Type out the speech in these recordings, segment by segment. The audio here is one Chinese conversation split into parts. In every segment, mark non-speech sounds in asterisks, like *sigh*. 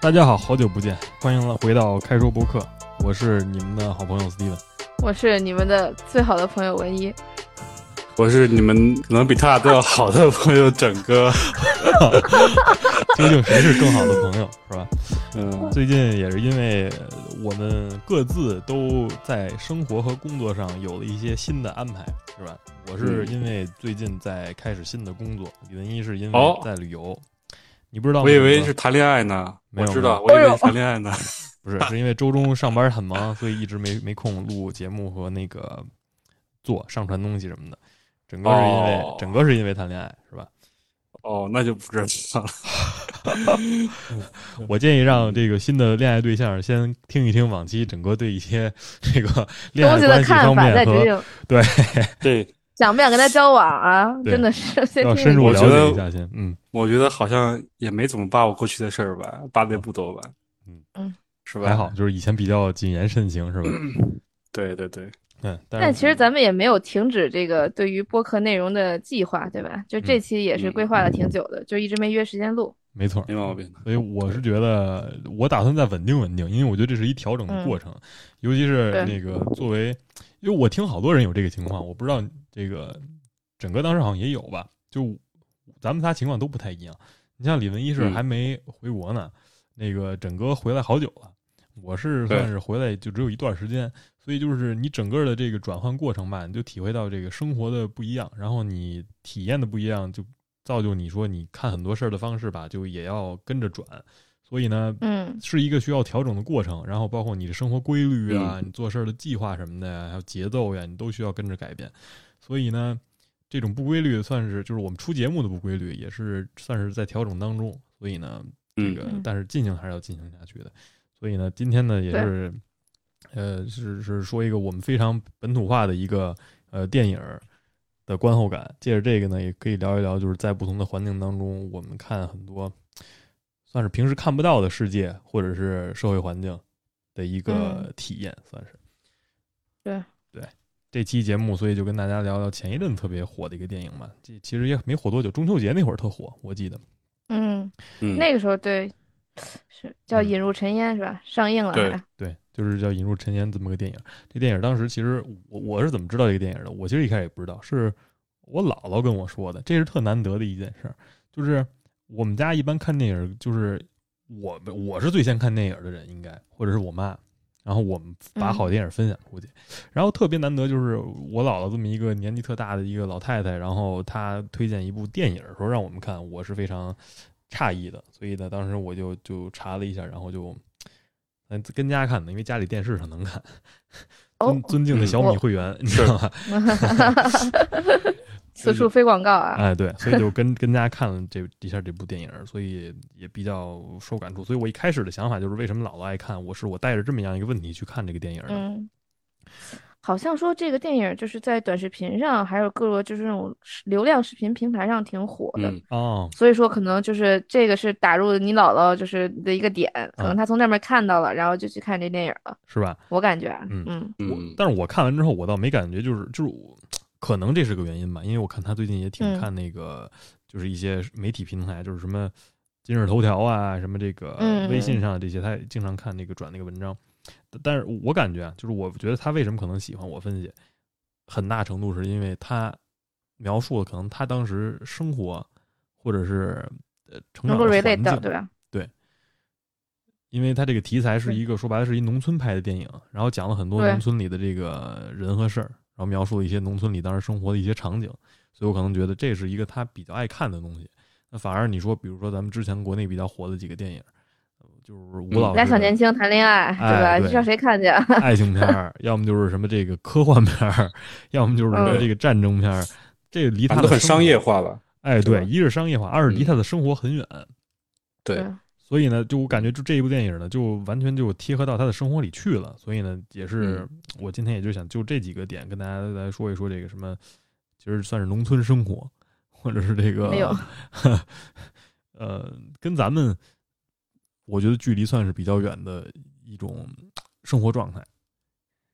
大家好，好久不见，欢迎回到开说播客，我是你们的好朋友 Steven。 *laughs* 我是你们的最好的朋友文一，我是你们可能比他俩都要好的朋友，整 *laughs* 个，究竟谁是更好的朋友，是 *laughs* 吧？嗯最近也是因为呃我们各自都在生活和工作上有了一些新的安排，是吧？我是嗯因为最近在开始新的工作，李文一是因为哦在旅游，你不知道吗？我以为哥是谈恋爱呢，没我有哎知道，没我有以为是谈恋爱呢，不是，是因为周中上班很忙，所以一直没没空录节目和那个做上传东西什么的。整个是因为、哦整个是因为谈恋爱，是吧？ *laughs* 哦，那就不知道了， *laughs* 我建议让这个新的恋爱对象先听一听往期整个对一些这个恋 *laughs* 东爱西的关系看方法再面决和定对，想不想跟他交往啊？对真的是先 *laughs* 要听深听入我了觉得解一下先。嗯，我觉得好像也没怎么扒我过去的事儿吧，扒的也不多吧，嗯嗯，是吧？还好，，就是以前比较谨言慎行，是 *clears throat* 吧？对对对，嗯，但但是其实咱们也没有停止这个对于播客内容的计划，对吧？就嗯这期也是规划了挺久的，就一直没约时间录。没错，没毛病的，所以我是觉得，我打算再稳定稳定，因为我觉得这是一调整的过程，尤其是嗯对那个作为，因为我听好多人有这个情况，我不知道这个整个当时好像也有吧，就咱们仨情况都不太一样。你像李文一是嗯还没回国呢，那个整个回来好久了，我是对算是回来就只有一段时间，所以就是你整个的这个转换过程吧，你就体会到这个生活的不一样，然后你体验的不一样，就造就你说你看很多事儿的方式吧，就也要跟着转。所以呢，嗯，是一个需要调整的过程，然后包括你的生活规律啊，你做事儿的计划什么的呀，还有节奏呀，你都需要跟着改变。所以呢，这种不规律算是就是我们出节目的不规律，也是算是在调整当中。所以呢，这嗯个、嗯但是进行还是要进行下去的。所以呢，今天呢也是，呃，是是说一个我们非常本土化的一个呃电影儿的观后感。借着这个呢，也可以聊一聊，就是在不同的环境当中，我们看很多算是平时看不到的世界，或者是社会环境的一个嗯体验，算是。对对，这期节目，所以就跟大家聊聊前一阵特别火的一个电影嘛，这其实也没火多久，中秋节那会儿特火，我记得。嗯，嗯，那个时候对，是叫《嗯引入尘烟》是吧？上映了啊 *laughs* *laughs* 对还，对，就是叫《引入尘烟》这么个电影。这电影当时其实我我是怎么知道这个电影的？我其实一开始也不知道，是我姥姥跟我说的。这是特难得的一件事儿，就是我们家一般看电影，就是我们我是最先看电影的人，应该或者是我妈。然后我们把嗯好电影分享出去，然后特别难得就是我姥姥这么一个年纪特大的一个老太太，然后她推荐一部电影说让我们看，我是非常诧异的，所以呢，当时我就就查了一下，然后就嗯跟家看的，因为家里电视上能看。哦嗯尊，尊敬的小米我会员，你知道吧？此处非广告啊。哎，对，所以就跟跟大家看了这一下这部电影，所以也比较受感触。所以我一开始的想法就是，为什么姥姥爱看？我是我带着这么样一个问题去看这个电影的。嗯，好像说这个电影就是在短视频上，还有各个就是那种流量视频平台上挺火的。嗯，哦，所以说，可能就是这个是打入你姥姥就是的一个点，可啊能她从那边看到了，然后就去看这电影了。是吧？我感觉啊，嗯嗯我嗯，但是我看完之后，我倒没感觉，就是就是我，可能这是个原因吧，因为我看他最近也挺嗯看那个，就是一些媒体平台，就是什么今日头条啊，什么这个嗯微信上的这些，他也经常看那个转那个文章。但但是我感觉啊，就是我觉得他为什么可能喜欢我分析，很大程度是因为他描述了可能他当时生活或者是呃成能长够的 relate 环到，境，对吧？因为它这个题材是对一个说白了是一农村拍的电影，然后讲了很多对农村里的这个人和事儿，然后描述了一些农村里当时生活的一些场景，所以我可能觉得这是一个他比较爱看的东西。那反而你说，比如说咱们之前国内比较火的几个电影，呃就是吴嗯老人师家的小年轻谈恋爱，哎吧？对这让谁看去啊？爱情片儿，要么就是什么这个科幻片儿， *laughs* 要么就是什么嗯这个战争片儿，这离反他正都的很生商活业。化了，哎，是吧对，一是商业化，二是离嗯他的生活很远。对，所以呢，就我感觉就这一部电影呢，就完全就贴合到他的生活里去了。所以呢，也嗯是我今天也就想就这几个点跟大家来说一说这个什么，其实算是农村生活，或者是这个哎呦，呃，跟咱们我觉得距离算是比较远的一种生活状态。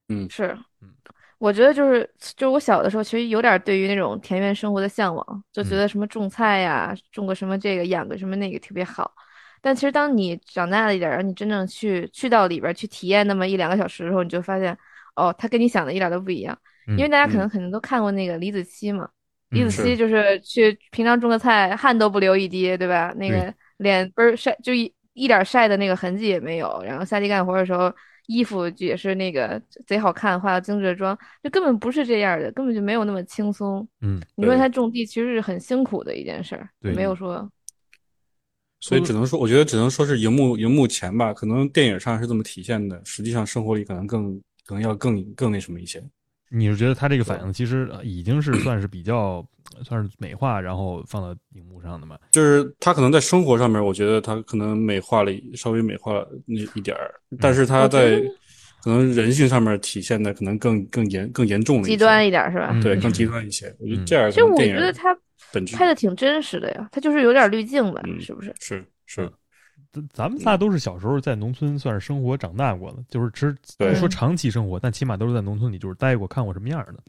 嗯是嗯，我觉得就是就是我小的时候，其实有点对于那种田园生活的向往，就嗯觉得什么种菜呀、种个什么这个，养个什么那个特别好。但其实当你长大了一点儿，然后你真正去去到里边儿去体验那么一两个小时的时候，你就发现，哦，它跟你想的一点儿都不一样。因为嗯大家可嗯能可能都看过那个李子柒嘛，李嗯子是柒就是去平常种个菜，汗都不流一滴，对吧？那对个脸倍儿晒，就一一点晒的那个痕迹也没有。然后下地干活的时候，衣服也是那个贼好看，化了精致的妆，就根本不是这样的，根本就没有那么轻松。嗯，你说对他种地其实是很辛苦的一件事儿，对没有说所以只能说，我觉得只能说是荧幕荧幕前吧，可能电影上是这么体现的，实际上生活里可能更可能要更更那什么一些。你是觉得他这个反应其实呃已经是算是比较算是美化，然后放到荧幕上的嘛？就是他可能在生活上面，我觉得他可能美化了一稍微美化了那一点儿，嗯但是他我觉得在可能人性上面体现的可能更更严更严重了一些，极端一点儿是吧？嗯对嗯更极端一些。我觉得嗯这样其实可能我电觉影得他本质拍的挺真实的呀，他就是有点滤镜吧，嗯是不是？是是咱咱们仨都是小时候在农村算是生活长大过的，就是只对不说长期生活，但起码都是在农村里就是待过，看过什么样的。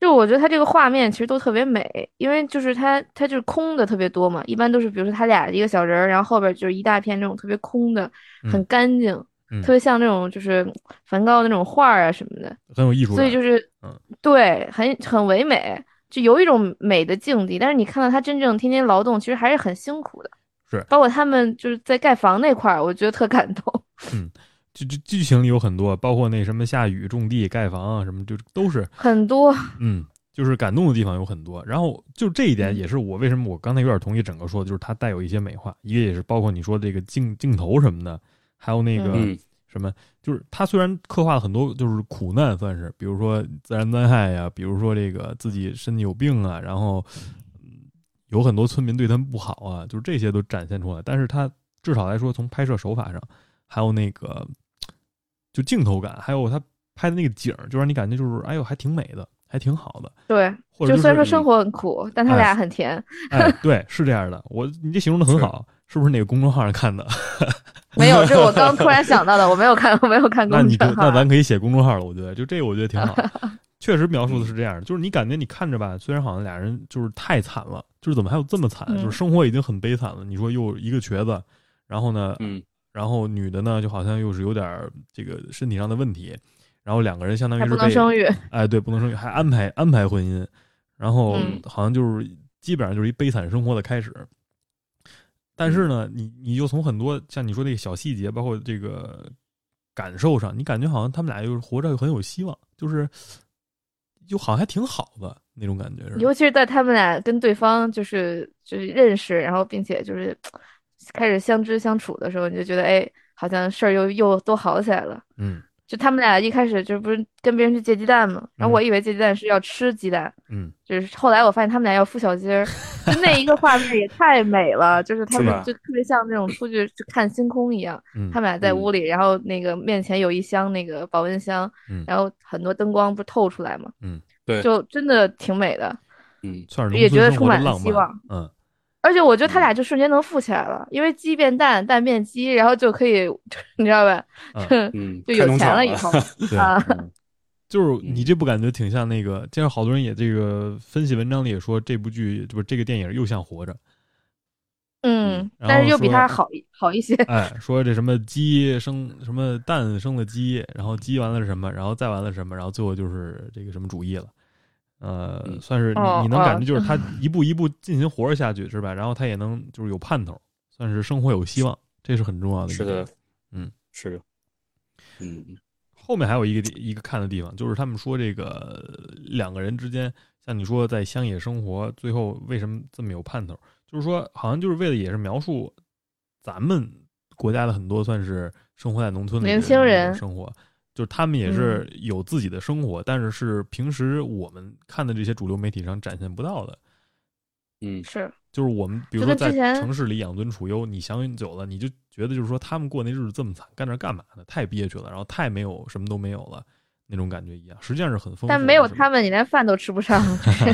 就我觉得它这个画面其实都特别美，因为就是它它就是空的特别多嘛，一般都是比如说他俩一个小人儿，然后后边就是一大片那种特别空的，嗯很干净，嗯特别像那种就是梵高的那种画儿啊什么的，很有艺术所感，以就是嗯对，很很唯美，就有一种美的境地。但是你看到他真正天天劳动，其实还是很辛苦的。是包括他们就是在盖房那块儿，我觉得特感动。 *laughs* 就就剧情里有很多，包括那什么下雨、种地、盖房啊什么，就都是很多，嗯，就是感动的地方有很多。然后就这一点嗯也是我为什么我刚才有点同意整个说的，就是它带有一些美化，一个也是包括你说这个镜镜头什么的，还有那个嗯什么，就是它虽然刻画了很多就是苦难，算是比如说自然灾害呀、比如说这个自己身体有病啊，然后嗯有很多村民对他们不好啊，就是这些都展现出来。但是它至少来说，从拍摄手法上，还有那个就镜头感，还有它拍的那个景儿，就让你感觉就是哎呦还挺美的，还挺好的。对，或者虽然是说生活很苦，但他哎俩很甜。哎，对，是这样的。我你这形容的很是好，是不是哪个公众号上看的？ *laughs* 没有，这是我刚突然想到的，我没有看，我没有看那公你就众号那啊。咱可以写公众号了，我觉得就这个我觉得挺 *laughs* 好的，确实描述的是这样的，就是你感觉你看着吧，虽然好像俩人就是太惨了，就是怎么还有这么惨，就是嗯生活已经很悲惨了，你说又一个瘸子，然后呢，嗯然后女的呢就好像又是有点儿这个身体上的问题，然后两个人相当于还是不能被生育，哎对不能生育，还安排安排婚姻，然后嗯好像就是基本上就是一悲惨生活的开始。但是呢，嗯你你就从很多像你说这个小细节，包括这个感受上，你感觉好像他们俩又活着很有希望，就是就好像还挺好的那种感觉是。尤其是在他们俩跟对方就是就是认识，然后并且就是开始相知相处的时候，你就觉得哎，好像事儿又又都好起来了。嗯就他们俩一开始就不是跟别人去借鸡蛋嘛，然后我嗯以为借鸡蛋是要吃鸡蛋，嗯，就是后来我发现他们俩要孵小鸡儿，就那一个画面也太美了，就是他是们吧就特别像那种出去去看星空一样，嗯他们俩在屋里，然后那个面前有一箱那个保温箱，嗯然后很多灯光不是透出来嘛，嗯对就真的挺美的，嗯算是也农觉得村生充活的满了浪希漫望。嗯，而且我觉得他俩就瞬间能富起来了，因为鸡变蛋，蛋变鸡，然后就可以， *laughs* 你知道吧？ *laughs* 嗯，就开有钱农场了了以后 *laughs* 对，啊，嗯就是你嗯这部感觉挺像那个，就是好多人也这个分析文章里也说这部剧不是这个电影又像活着，嗯嗯，然但后是又比说他好一好一些，哎，说这什么鸡生什么蛋生了鸡，然后鸡完了是什么，然后再完了是什么，然后最后就是这个什么主义了。呃，嗯算是你哦你能感觉哦就是他一步一步进行活着下去是吧？然后他也能就是有盼头，算是生活有希望，这是很重要的。 *laughs* 是的，，嗯是的，嗯后面还有一个地一个看的地方，就是他们说这个呃两个人之间，像你说在乡野生活，最后为什么这么有盼头？就是说，好像就是为了也是描述咱们国家的很多算是生活在农村里的年轻人嗯那种生活，就是他们也是有自己的生活，但是是平时我们看的这些主流媒体上展现不到的。嗯是就是我们比如就说跟在之前城市里养尊处优，你想久了，你就觉得就是说他们过那日子这么惨，干这干嘛呢？太憋屈了，然后太没有什么都没有了那种感觉一样，实际上是很丰富的。但没有是吧他们，你连饭都吃不上，就是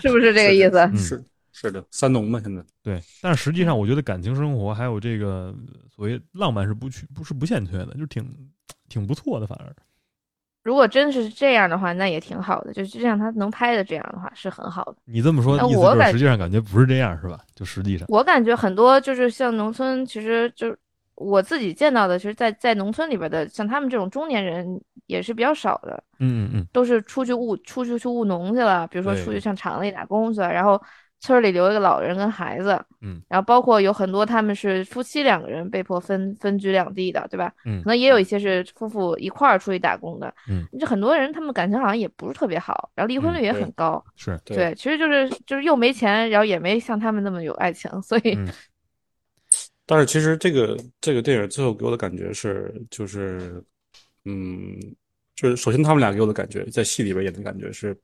是不是这个意思？嗯嗯是是的，三农嘛现在，对，但实际上我觉得感情生活还有这个所谓浪漫是不去不是不欠缺的，就是挺挺不错的，反而如果真是这样的话，那也挺好的，就是像他能拍的这样的话是很好的。你这么说，呃意思我就是感实际上感觉不是这样，是吧？就实际上，我感觉很多就是像农村，其实就是我自己见到的，其实在在农村里边的，像他们这种中年人也是比较少的，嗯嗯嗯，都是出去务出去去务农去了，比如说出对去上厂里打工去了，然后村儿里留一个老人跟孩子，嗯，然后包括有很多他们是夫妻两个人被迫分分居两地的，对吧？嗯可能也有一些是夫妇一块儿出去打工的，嗯，这很多人他们感情好像也不是特别好，然后离婚嗯率也对很高，是，对对，其实就是就是又没钱，然后也没像他们那么有爱情，所以嗯但是其实这个这个电影最后给我的感觉是，就是，嗯，就是首先他们俩给我的感觉，在戏里边演的感觉是，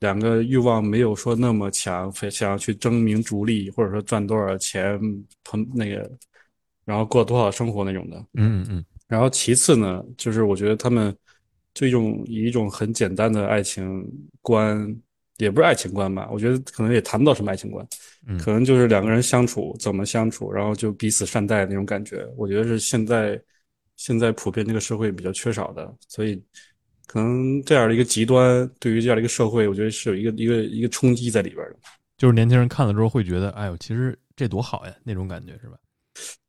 两个欲望没有说那么强，非想要去争名逐利，或者说赚多少钱，朋那个，然后过多好生活那种的。嗯嗯嗯然后其次呢，就是我觉得他们就用以一种很简单的爱情观，也不是爱情观吧，我觉得可能也谈不到什么爱情观，嗯可能就是两个人相处怎么相处，然后就彼此善待那种感觉，我觉得是现在现在普遍这个社会比较缺少的，所以可能这样的一个极端，对于这样的一个社会，我觉得是有一个一个一个冲击在里边的。就是年轻人看了之后会觉得，哎呦，其实这多好呀，那种感觉是吧？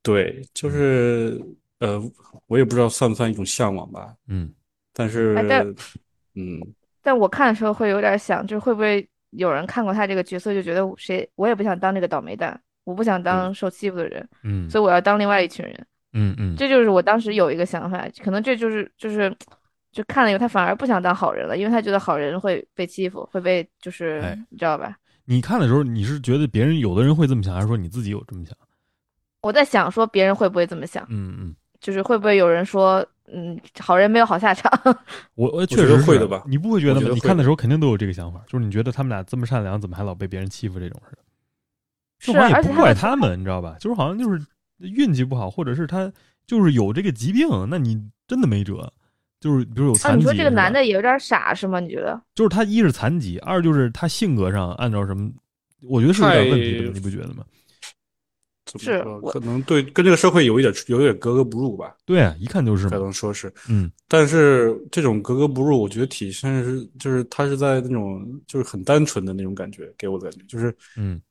对，就是呃，我也不知道算不算一种向往吧，嗯，但是哎但嗯。但我看的时候会有点想，就是会不会有人看过他这个角色就觉得我谁我也不想当这个倒霉蛋，我不想当受欺负的人，嗯所以我要当另外一群人。嗯嗯，这就是我当时有一个想法，可能这就是就是就看了以后他反而不想当好人了，因为他觉得好人会被欺负，会被就是哎你知道吧？你看的时候，你是觉得别人有的人会这么想，还是说你自己有这么想？啊我在想说别人会不会这么想，嗯嗯，就是会不会有人说嗯好人没有好下场， *laughs* 我我确觉实得是会的吧你不会觉得我觉吗？得你会看的的时候肯定都有这个想法，就是你觉得他们俩这么善良，怎么还老被别人欺负这种似的？是啊这好像而也且不他怪们他们，你知道吧？就是好像就是运气不好，或者是他就是有这个疾病，那你真的没辙。就是比如有啊残你疾，说这是个吧男的也有点傻是吗？你觉得？就是他一是残疾，二就是他性格上按照什么，我觉得是有点问题的，太你不觉得吗？怎么是说我可能对跟这个社会有一点有点格格不入吧，对啊，一看就是可嘛。能说是。嗯但是这种格格不入，我觉得体现是就是他是在那种就是很单纯的那种感觉，给我的感觉就是嗯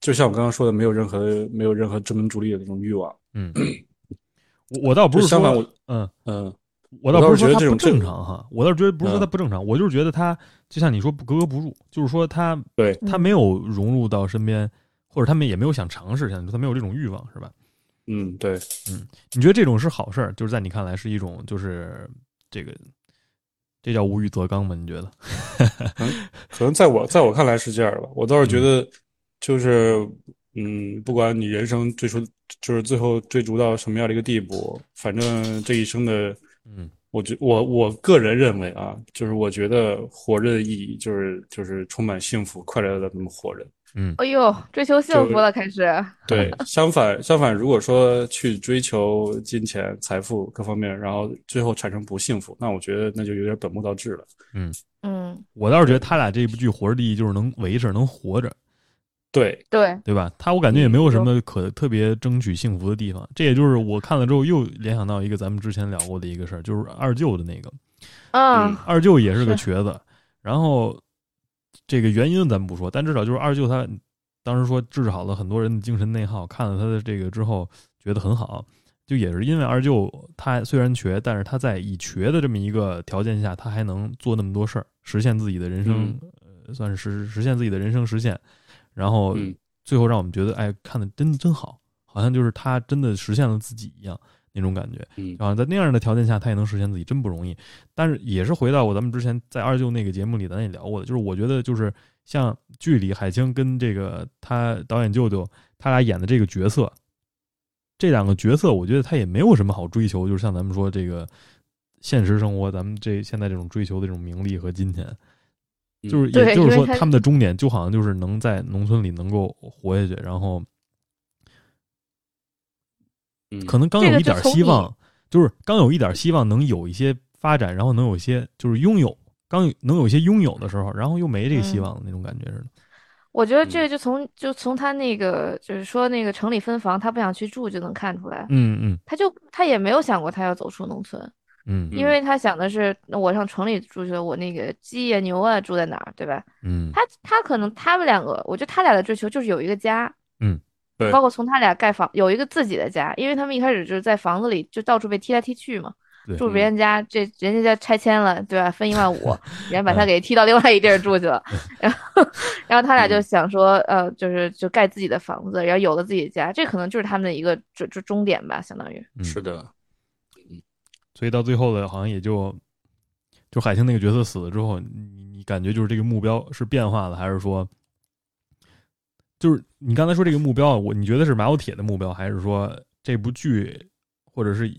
就像我刚刚说的，没有任何没有任何争名逐利的那种欲望。嗯，我我倒不是就相反说我，嗯，嗯，我我倒倒不是说觉他得这不种正这常哈，我倒是觉得不是说他嗯不正常，我就是觉得他就像你说格格不入，就是说他对他没有融入到身边，或者他们也没有想尝试，像你说他没有这种欲望，是吧？嗯，对，你觉得这种是好事儿，就是在你看来是一种就是这个这叫无欲则刚吗？你觉得？ *laughs* 可能在我在我看来是这样的吧。我倒是嗯觉得就是嗯，不管你人生追逐就是最后追逐到什么样的一个地步，反正这一生的。嗯我觉我我个人认为啊，就是我觉得活着的意义就是就是充满幸福、快乐的那么活着。嗯哎呦，追求幸福了开始，对， *laughs* 相反相反，如果说去追求金钱、财富各方面，然后最后产生不幸福，那我觉得那就有点本末倒置了。嗯，我倒是觉得他俩这部剧活着的意义就是能维持，能活着，对，对，对吧？他我感觉也嗯没有什么可特别争取幸福的地方。这也就是我看了之后又联想到一个咱们之前聊过的一个事儿，就是二舅的那个，嗯嗯，二舅也是个是瘸子，然后这个原因咱们不说，但至少就是二舅他当时说治好了很多人的精神内耗，看了他的这个之后觉得很好，就也是因为二舅他虽然瘸，但是他在以瘸的这么一个条件下，他还能做那么多事儿，实现自己的人生，呃，算是实实现自己的人生实现，然后嗯最后让我们觉得，哎，看的真真好，好像就是他真的实现了自己一样那种感觉。嗯啊，在那样的条件下，他也能实现自己，真不容易。但是也是回到我咱们之前在二舅那个节目里，咱也聊过的，就是我觉得就是像剧里海清跟这个他导演舅舅他俩演的这个角色，这两个角色，我觉得他也没有什么好追求，就是像咱们说这个现实生活，咱们这现在这种追求的这种名利和金钱，嗯就是对也就是因说为他他们的终点就好像就是能在农村里能够活下去，然后嗯，可能刚有一点希望，就是刚有一点希望能有一些发展，然后能有一些就是拥有，刚有能有一些拥有的时候，然后又没这个嗯希望的那种感觉似的。我觉得这嗯个就从就从他那个就是说那个城里分房，他不想去住就能看出来，嗯嗯，他就他也没有想过他要走出农村，嗯因为他想的是，那我上城里住去了，我那个鸡呀、牛啊住在哪儿，对吧？嗯他他可能他们两个，我觉得他俩的追求就是有一个家，嗯，对包括从他俩盖房有一个自己的家，因为他们一开始就是在房子里就到处被踢来踢去嘛对，嗯住别人家，这人家家拆迁了，对吧？分一 *laughs* 万五，人家嗯把他给踢到另外一地儿住去了，然后然后他俩嗯就想说，呃，就是就盖自己的房子，然后有了自己的家，这可能就是他们的一个终终终点吧，相当于，嗯是的，所以到最后的，好像也就就海清那个角色死了之后，你你感觉就是这个目标是变化了，还是说，就是你刚才说这个目标，我你觉得是马有铁的目标，还是说这部剧或者是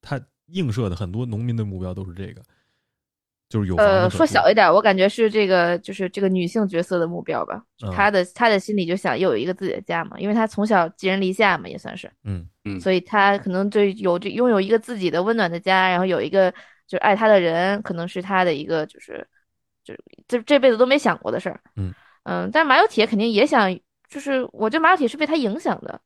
它映射的很多农民的目标都是这个，就是有房子呃，可住说小一点，我感觉是这个，就是这个女性角色的目标吧。嗯她的她的心里就想有一个自己的家嘛，因为她从小寄人篱下嘛，也算是，嗯嗯所以她可能对有这拥有一个自己的温暖的家，然后有一个就是爱她的人，可能是她的一个就是就是这这辈子都没想过的事儿。嗯嗯，但是马有铁肯定也想，就是我觉得马有铁是被她影响的，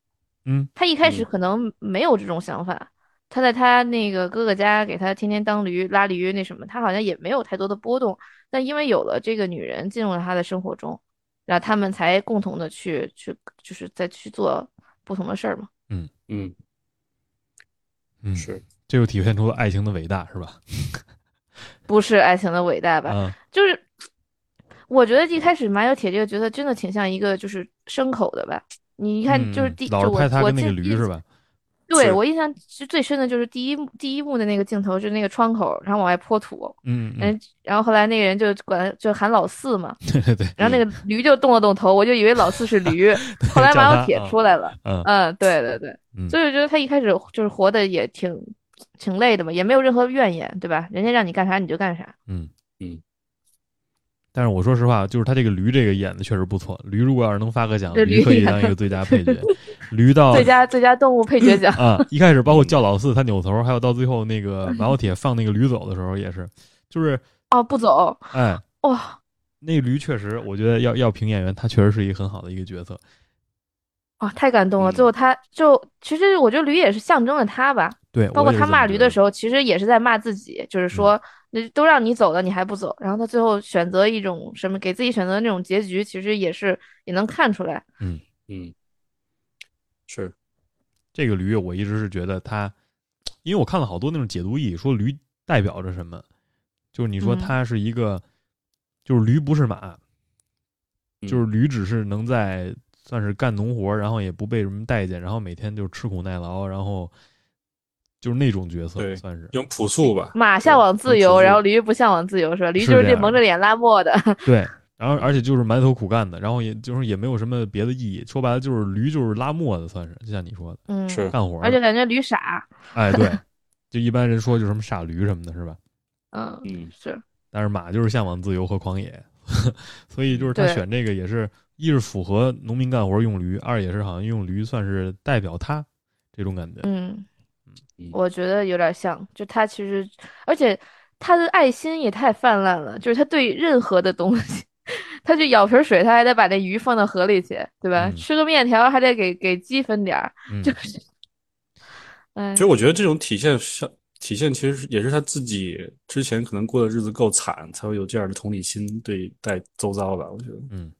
嗯他一开始嗯可能没有这种想法，他在他那个哥哥家给他天天当驴拉驴那什么，他好像也没有太多的波动。但因为有了这个女人进入了他的生活中，然后他们才共同的去去就是再去做不同的事儿嘛。嗯，嗯，是，这就体现出了爱情的伟大，是吧？不是爱情的伟大吧？啊，就是我觉得一开始马有铁这个角色真的挺像一个就是牲口的吧。你一看就是嗯第、老就是我拍他我跟那记个得驴第一是吧？对是我印象是最深的就是第一幕第一幕的那个镜头，就是那个窗口，然后往外泼土，嗯嗯，嗯，然后后来那个人就管就喊老四嘛， *laughs* 对对对，然后那个驴就动了动头，我就以为老四是 *laughs* 驴，后来叫马他小铁啊出来了，嗯嗯，对对对，嗯所以我觉得他一开始就是活的也挺挺累的嘛，也没有任何怨言，对吧？人家让你干啥你就干啥，嗯，嗯嗯，但是我说实话，就是他这个驴这个演的确实不错。驴如果要是能发个奖，这驴驴可以演当一得个最佳 *laughs* 配角。驴到，最佳最嗯佳动物配角奖啊，一开始包括叫老四，他扭头，还有到最后那嗯个马小铁放那个驴走的时候，也是，就是哦，不走，哎，哇，那驴确实，我觉得要要评演员，他确实是一个很好的一个角色。哇，太感动了。最嗯后他就其实我觉得驴也是象征了他吧，对，包括他骂驴的时候，候，其实也是在骂自己，就是说，那都让你走了，你还不走，然后他最后选择一种什么，给自己选择那种结局，其实也是也能看出来，嗯，是，这个驴我一直是觉得他，因为我看了好多那种解读意义，说驴代表着什么，就是你说嗯它是一个，就是驴不是马，嗯就是驴只是能在算是干农活，然后也不被什么待见，然后每天就吃苦耐劳，然后就是那种角色对算是比较朴素吧，马向往自由，嗯然后驴不向往自由，是吧？驴是就这是这样蒙着脸拉磨的，对。然后，而且就是埋头苦干的，然后也就是也没有什么别的意义。说白了，就是驴就是拉磨的，算是就像你说的嗯，是，干活的。而且感觉驴傻，哎，对，就一般人说就是什么傻驴什么的，是吧？嗯，嗯是，但是马就是向往自由和狂野，所以就是他对选这个也是，一是符合农民干活用驴，二也是好像用驴算是代表他这种感觉。嗯嗯，我觉得有点像，就他其实，而且他的爱心也太泛滥了，就是他对任何的东西， *laughs* 他去舀瓶水，他还得把那鱼放到河里去，对吧？嗯吃个面条还得给给鸡分点儿， *laughs* 嗯就是，哎其，实我觉得这种体现像体现，其实是也是他自己之前可能过的日子够惨，才会有这样的同理心对待周遭吧。我觉得，嗯，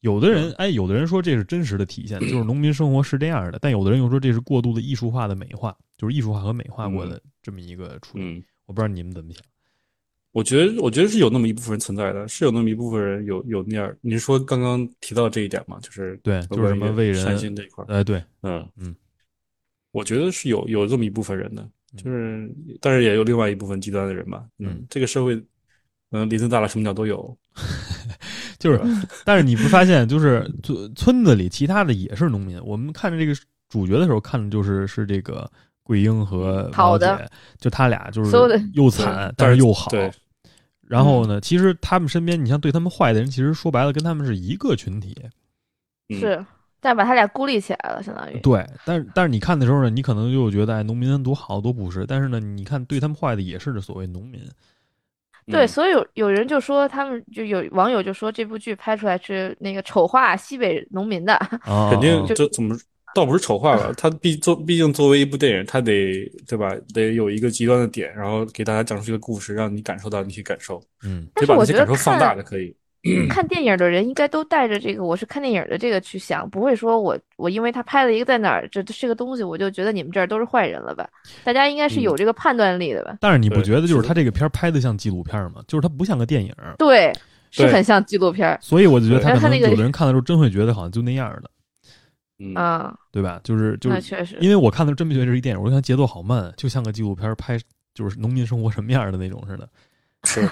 有的人哎，有的人说这是真实的体现，就是农民生活是这样的，但有的人又说这是过度的艺术化的美化，就是艺术化和美化过的这么一个处理。嗯，我不知道你们怎么想。我觉得我觉得是有那么一部分人存在的，是有那么一部分人有有那样。你是说刚刚提到这一点嘛，就是对就是什么关于为人善心这一块儿，哎，对，嗯嗯，我觉得是有有这么一部分人的，嗯就是但是也有另外一部分极端的人吧。嗯，这个社会，嗯，林子大了什么鸟都有。就是，嗯但是你不发现，就是村村子里其他的也是农民。我们看着这个主角的时候，看的就是是这个桂英和好毛的姐，就他俩就是所有的嗯又对惨，但但是是又好。对然后呢，其实他们身边，你像对他们坏的人，其实说白了跟他们是一个群体。嗯是，但把他俩孤立起来了，相当于，对，但是但是你看的时候呢，你可能就觉得哎，农民多好多朴实，但是呢，你看对他们坏的也是所谓农民。对，嗯所以有有人就说，他们就有网友就说这部剧拍出来是那个丑化西北农民的，啊，肯定就这怎么倒不是丑化吧，它毕作毕竟作为一部电影，它得对吧？得有一个极端的点，然后给大家讲述一个故事，让你感受到那些感受，嗯，但是得把那我些觉感得受放大看嗯就可以。看电影的人应该都带着这个我是看电影的这个去想，不会说我我因为他拍了一个在哪儿这这个东西，我就觉得你们这儿都是坏人了吧？大家应该嗯是有这个判断力的吧？但是你不对觉得就是是的他这个片儿拍的像纪录片儿吗？就是它不像个电影儿，对，是对很像纪录片儿，所以我就觉得他对可能它那个有的人看的时候真会觉得好像就那样儿的，嗯，嗯，对吧？就是就那是，确实，因为我看的时候真没觉得这是一电影，我就看节奏好慢，就像个纪录片儿拍就是农民生活什么样儿的那种似的。 *laughs* 是，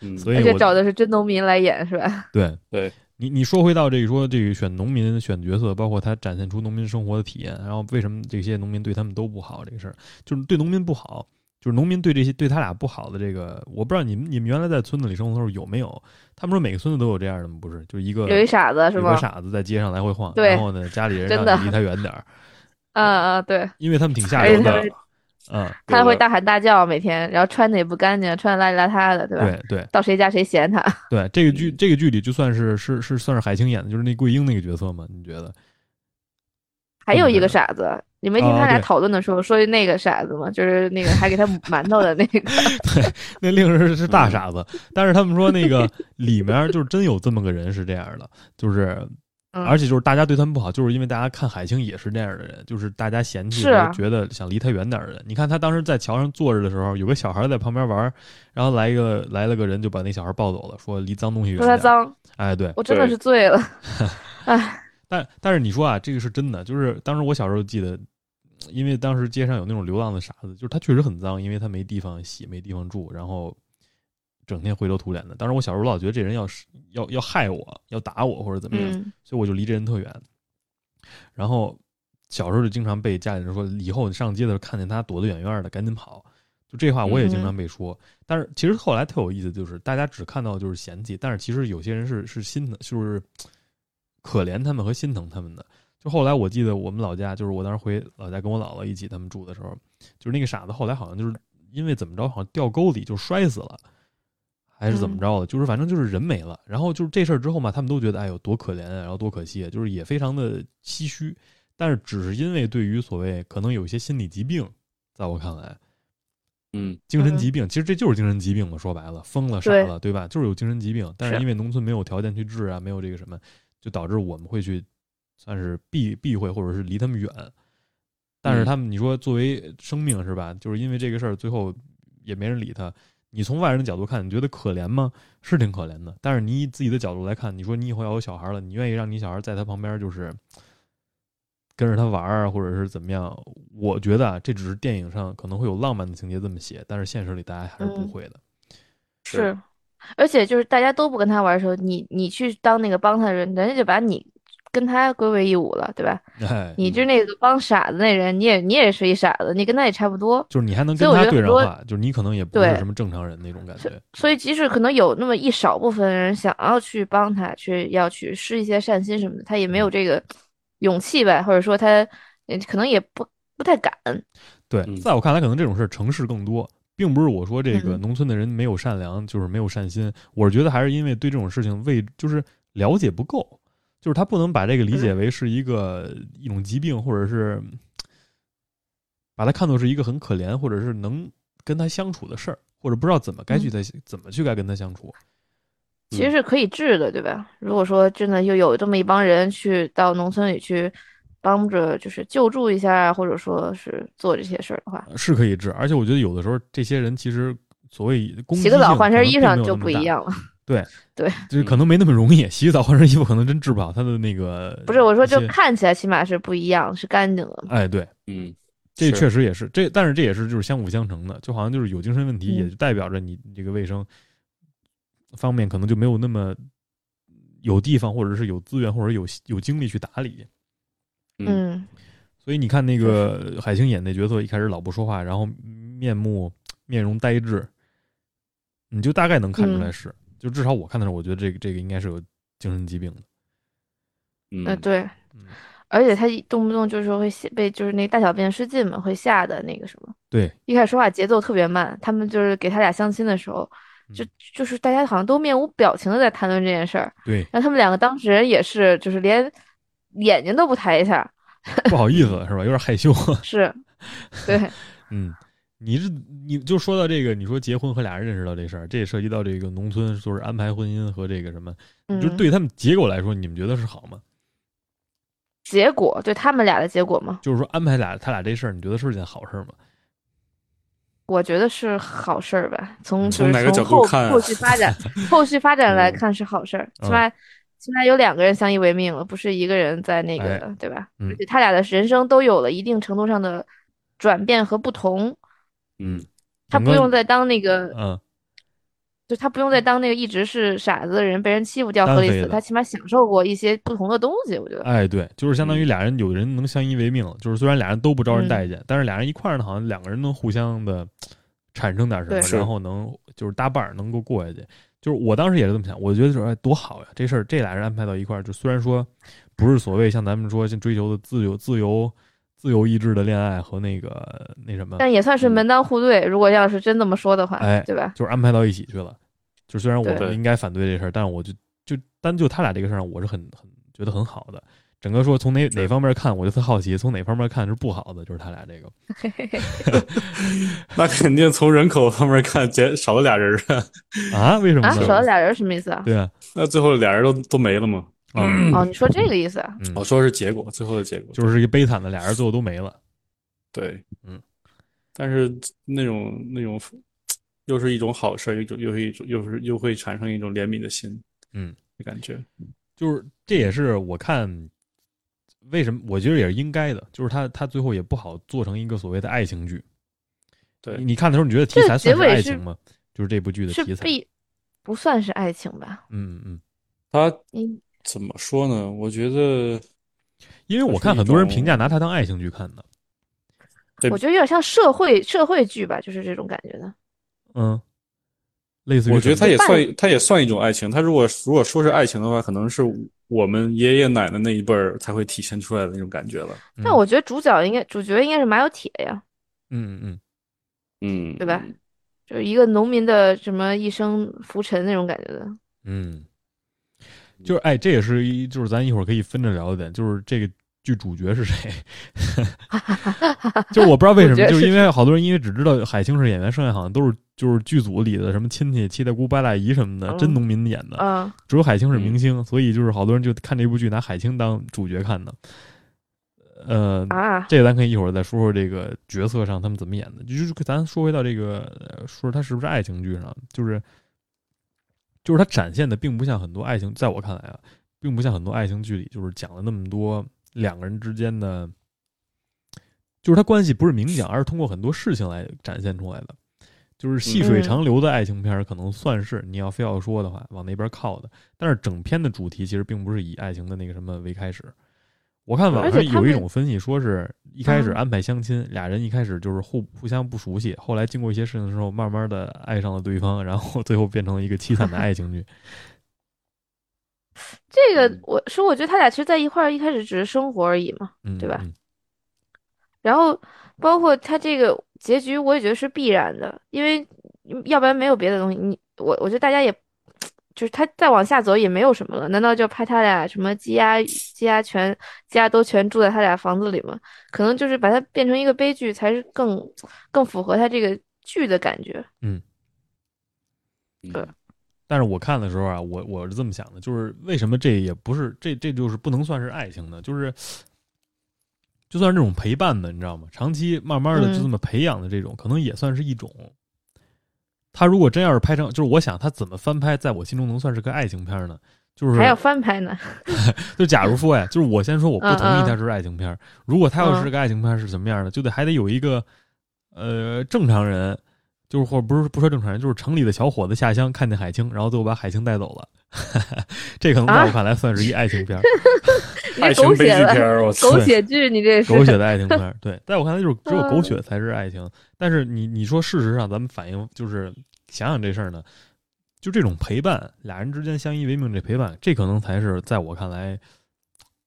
嗯，所以而且我找的是真农民来演是吧？对对，你你说回到这个说这个选农民选角色，包括他展现出农民生活的体验，然后为什么这些农民对他们都不好这个事儿，就是对农民不好，就是农民对这些对他俩不好的这个，我不知道你们你们原来在村子里生活的时候有没有？他们说每个村子都有这样的吗？不是，就是一个有一傻子是有个吗？傻子在街上来回晃，对然后呢家里人真的让你离他远点儿，嗯嗯，对，因为他们挺下哎流有他的们，嗯，有他的会大喊大叫每天，然后穿的也不干净，穿的邋里邋遢的，对吧？嗯对对到谁家谁嫌他， *laughs* 对，这个剧这个剧里就算是是是算是海清演的，就是那桂英那个角色嘛？你觉得？还有一嗯对个傻子，你没听啊他俩对讨论的时候说那个傻子吗？就是那个还给他馒头的那 *laughs* 个，那令人是大傻子。但是他们说那个里面就是真有这么个人是这样的，就是。嗯而且就是大家对他们不好，就是因为大家看海清也是这样的人，就是大家嫌弃是啊和觉得想离他远点儿的人。你看他当时在桥上坐着的时候，有个小孩在旁边玩儿，然后来一个来了个人就把那小孩抱走了，说离脏东西远说他点儿。脏，哎，对。我真的对是醉了，哎，但但是你说啊，这个是真的，就是当时我小时候记得，因为当时街上有那种流浪的傻子，就是他确实很脏，因为他没地方洗，没地方住，然后整天灰头土脸的。当时我小时候老觉得这人要是要要害我，要打我或者怎么样，嗯，所以我就离这人特远。然后小时候就经常被家里人说，以后你上街的时候看见他躲得远远的，赶紧跑。就这话我也经常被说，但是其实后来特有意思，就是大家只看到就是嫌弃，但是其实有些人是是心疼，就是可怜他们和心疼他们的。就后来我记得我们老家，就是我当时回老家跟我姥姥一起他们住的时候，就是那个傻子后来好像就是因为怎么着，好像掉沟里就摔死了，还是怎么着的，就是反正就是人没了。然后就是这事儿之后嘛，他们都觉得哎呦多可怜啊，然后多可惜啊，就是也非常的唏嘘。但是只是因为对于所谓可能有一些心理疾病，在我看来，嗯，精神嗯疾病其实这就是精神疾病嘛，说白了，疯了傻对了，对吧？就是有精神疾病，但是是因为农村没有条件去治啊，没有这个什么，就导致我们会去算是避避讳或者是离他们远。但是嗯他们，你说作为生命是吧？就是因为这个事儿，最后也没人理他。你从外人的角度看，你觉得可怜吗？是挺可怜的。但是你以自己的角度来看，你说你以后要有小孩了，你愿意让你小孩在他旁边就是跟着他玩儿啊，或者是怎么样？我觉得啊，这只是电影上可能会有浪漫的情节这么写，但是现实里大家还是不嗯会的。是，而且就是大家都不跟他玩的时候，你你去当那个帮他的人，人家就把你跟他归为一伍了，对吧？哎，你就那个帮傻子那人，你也你也是一傻子，你跟他也差不多，就是你还能所以跟我他觉对得很上多话，就是你可能也不是对什么正常人那种感觉。所以即使可能有那么一少部分人想要去帮他，去要去施一些善心什么的，他也没有这个勇气吧，或者说他呃可能也不不太敢，对，嗯在我看来，可能这种事儿城市更多，并不是我说这个嗯农村的人没有善良，就是没有善心。我是觉得还是因为对这种事情未就是了解不够，就是他不能把这个理嗯解为是一个一种疾病，或者是把它看作是一个很可怜，或者是能跟他相处的事儿，或者不知道怎么嗯该去他、怎么去该跟他相处。其实嗯是可以治的，对吧？如果说真的又有这么一帮人去到农村里去帮着，就是救助一下啊，或者说是做这些事儿的话，呃是可以治，而且我觉得有的时候这些人其实所谓攻击洗个澡性换可身能衣并没裳有就那么不一大，样了。就是可能没那么容易。洗澡换身衣服可能真治不好他的那个。不是我说，就一些看起来起码是不一样，是干净 *laughs* 的。哎，对，嗯，这是确实也是这，但是这也是就是相辅相成的，就好像就是有精神问题，嗯也就代表着你这个卫生方面可能就没有那么有地方，或者是有资源，或者有有精力去打理。嗯嗯，所以你看那个海清演那角色，一开始老不说话，然后面目面容呆滞，你就大概能看出来是，就至少我看的时候，我觉得这个这个应该是有精神疾病的。嗯呃，对嗯，而且他一动不动就是会吓被就是那大小便失禁嘛，会吓的那个什么。对，一开始说话节奏特别慢，他们就是给他俩相亲的时候，就嗯就是大家好像都面无表情的在谈论这件事儿。对，然后他们两个当事人也是，就是连眼睛都不抬一下， *laughs* 不好意思是吧？有点害羞。是， *laughs* 对，嗯，你是你就说到这个，你说结婚和俩人认识到这事儿，这也涉及到这个农村就是安排婚姻和这个什么，嗯，就是对他们结果来说，你们觉得是好吗？结果，对他们俩的结果吗？就是说安排俩他俩这事儿，你觉得是件好事儿吗？我觉得是好事儿吧，从嗯就从是哪个角度后看后续 *laughs* 发展，后续发展来嗯看是好事儿，嗯起码起码有两个人相依为命了，不是一个人在那哎个，对吧？嗯而且他俩的人生都有了一定程度上的转变和不同，嗯，他整不个用再当那个，嗯，就他不用再当那个一直是傻子的人，被人欺负掉单喝了一飞次，的他起码享受过一些不同的东西，我觉得。嗯哎，对，就是相当于俩人有人能相依为命，就是虽然俩人都不招人待见，但是俩人一块儿呢，好像两个人能互相的产生点什么，对然后能就是搭伴儿能够过下去。就是我当时也是这么想，我觉得说哎多好呀，这事儿这俩人安排到一块儿，就虽然说不是所谓像咱们说像追求的自由、自由、自由意志的恋爱和那个那什么，但也算是门当户对，如果要是真这么说的话嗯哎，对吧？就是安排到一起去了。就虽然我对们应该反对这事儿，但是我就就单就他俩这个事儿上，我是很很觉得很好的。整个说从哪哪方面看，我就特好奇，从哪方面看是不好的，就是他俩这个。 *laughs* 那肯定从人口方面看减少了俩人啊，啊？为什么啊，呢？少了俩人什么意思啊？对啊，那最后俩人都都没了嘛。嗯，哦，你说这个意思啊？嗯我哦说是结果，最后的结果就是一个悲惨的，俩人最后都没了。对，嗯。但是那种那种，又是一种好事儿，一种又是一种又是又会产生一种怜悯的心，嗯，的感觉，就是这也是我看为什么我觉得也是应该的，就是他他最后也不好做成一个所谓的爱情剧。对你，你看的时候，你觉得题材这算个结是尾爱是情吗？就是这部剧的是题材。必不算是爱情吧？嗯嗯嗯，他嗯，怎么说呢？我觉得因为我看很多人评价拿它当爱情剧看的。对我觉得有点像社会社会剧吧，就是这种感觉的。嗯，类似于我觉得什它么也伴算，它也算一种爱情。它如果如果说是爱情的话，可能是我们爷爷奶奶那一辈儿才会体现出来的那种感觉了。嗯但我觉得主角应该主角应该是马有铁呀，嗯嗯嗯，嗯，对吧？就是一个农民的什么一生浮沉那种感觉的。嗯，就是哎，这也是一就是咱一会儿可以分着聊的点，就是这个剧主角是 *laughs* 谁？就是我不知道为什主角么，是就是因为好多人因为只知道海清是演员，剩下好像都是就是剧组里的什么亲戚、七大姑八大姨什么的，嗯真农民演的，嗯，只有海清是明星，所以就是好多人就看这部剧拿海清当主角看的。呃，啊，这个咱可以一会儿再说说这个角色上他们怎么演的，就是咱说回到这个呃说它是不是爱情剧上，就是就是它展现的并不像很多爱情，在我看来啊，并不像很多爱情剧里就是讲了那么多两个人之间的，就是他关系不是明讲，而是通过很多事情来展现出来的。就是细水嗯长流的爱情片，可能算是你要非要说的话，往那边靠的。但是整篇的主题其实并不是以爱情的那个什么为开始。我看网而上且他有一们种分析，说是一开始嗯安排相亲，俩人一开始就是互互相不熟悉，后来经过一些事情之后，慢慢的爱上了对方，然后最后变成了一个凄惨的爱 *laughs* 情剧。这个嗯我是我觉得他俩其实在一块儿一开始只是生活而已嘛，嗯，对吧嗯？然后包括他这个结局，我也觉得是必然的，因为要不然没有别的东西。你我我觉得大家也就是他再往下走也没有什么了，难道就拍他俩什么鸡鸭鸡鸭全鸡鸭都全住在他俩房子里吗？可能就是把它变成一个悲剧，才是更更符合他这个剧的感觉。嗯对但是我看的时候啊，我我是这么想的，就是为什么这也不是这这就是不能算是爱情的，就是就算是这种陪伴的，你知道吗？长期慢慢的嗯就这么培养的这种，可能也算是一种。他如果真要是拍成，就是我想他怎么翻拍，在我心中能算是个爱情片呢？就是还要翻拍呢？就假如说呀，哎就是我先说我不同嗯意嗯它是爱情片儿。如果它要是个爱情片儿是什么样的，就得还得有一个呃正常人，就是或者不是不说正常人，就是城里的小伙子下乡看见海清，然后最后把海清带走了。 *laughs* 这可能啊在我看来算是一爱情片 *laughs* 儿，你爱这情狗悲血剧了片，儿，我操！狗血剧，你这是狗血的爱情片儿。对，在我看来就是只有嗯狗血才是爱情。但是你你说事实上，咱们反映就是想想这事儿呢，就这种陪伴，俩人之间相依为命这陪伴，这可能才是在我看来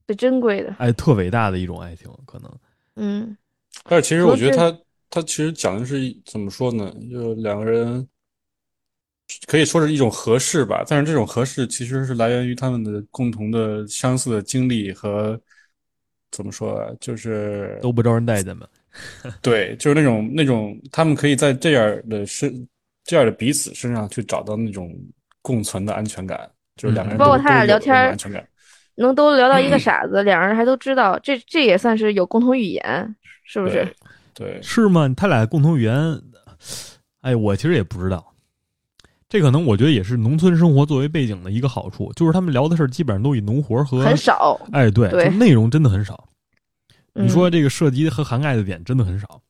最珍贵的。哎特伟大的一种爱情，可能。嗯，但是其实我觉得主他他其实讲的是一怎么说呢？就两个人可以说是一种合适吧，但是这种合适其实是来源于他们的共同的相似的经历和怎么说啊，就是都不招人待见吧？对，就是那种那种，他们可以在这样的身这样的彼此身上去找到那种共存的安全感，就是两个人包括都他俩都有聊那种天儿安全感。能都聊到一个傻子，两人还都知道，这这也算是有共同语言，是不是？对，是吗？他俩共同语言，哎，我其实也不知道。这可能我觉得也是农村生活作为背景的一个好处，就是他们聊的事儿基本上都以农活儿和很少。哎，对，对就内容真的很少。你嗯说这个涉及和涵盖的点真的很少，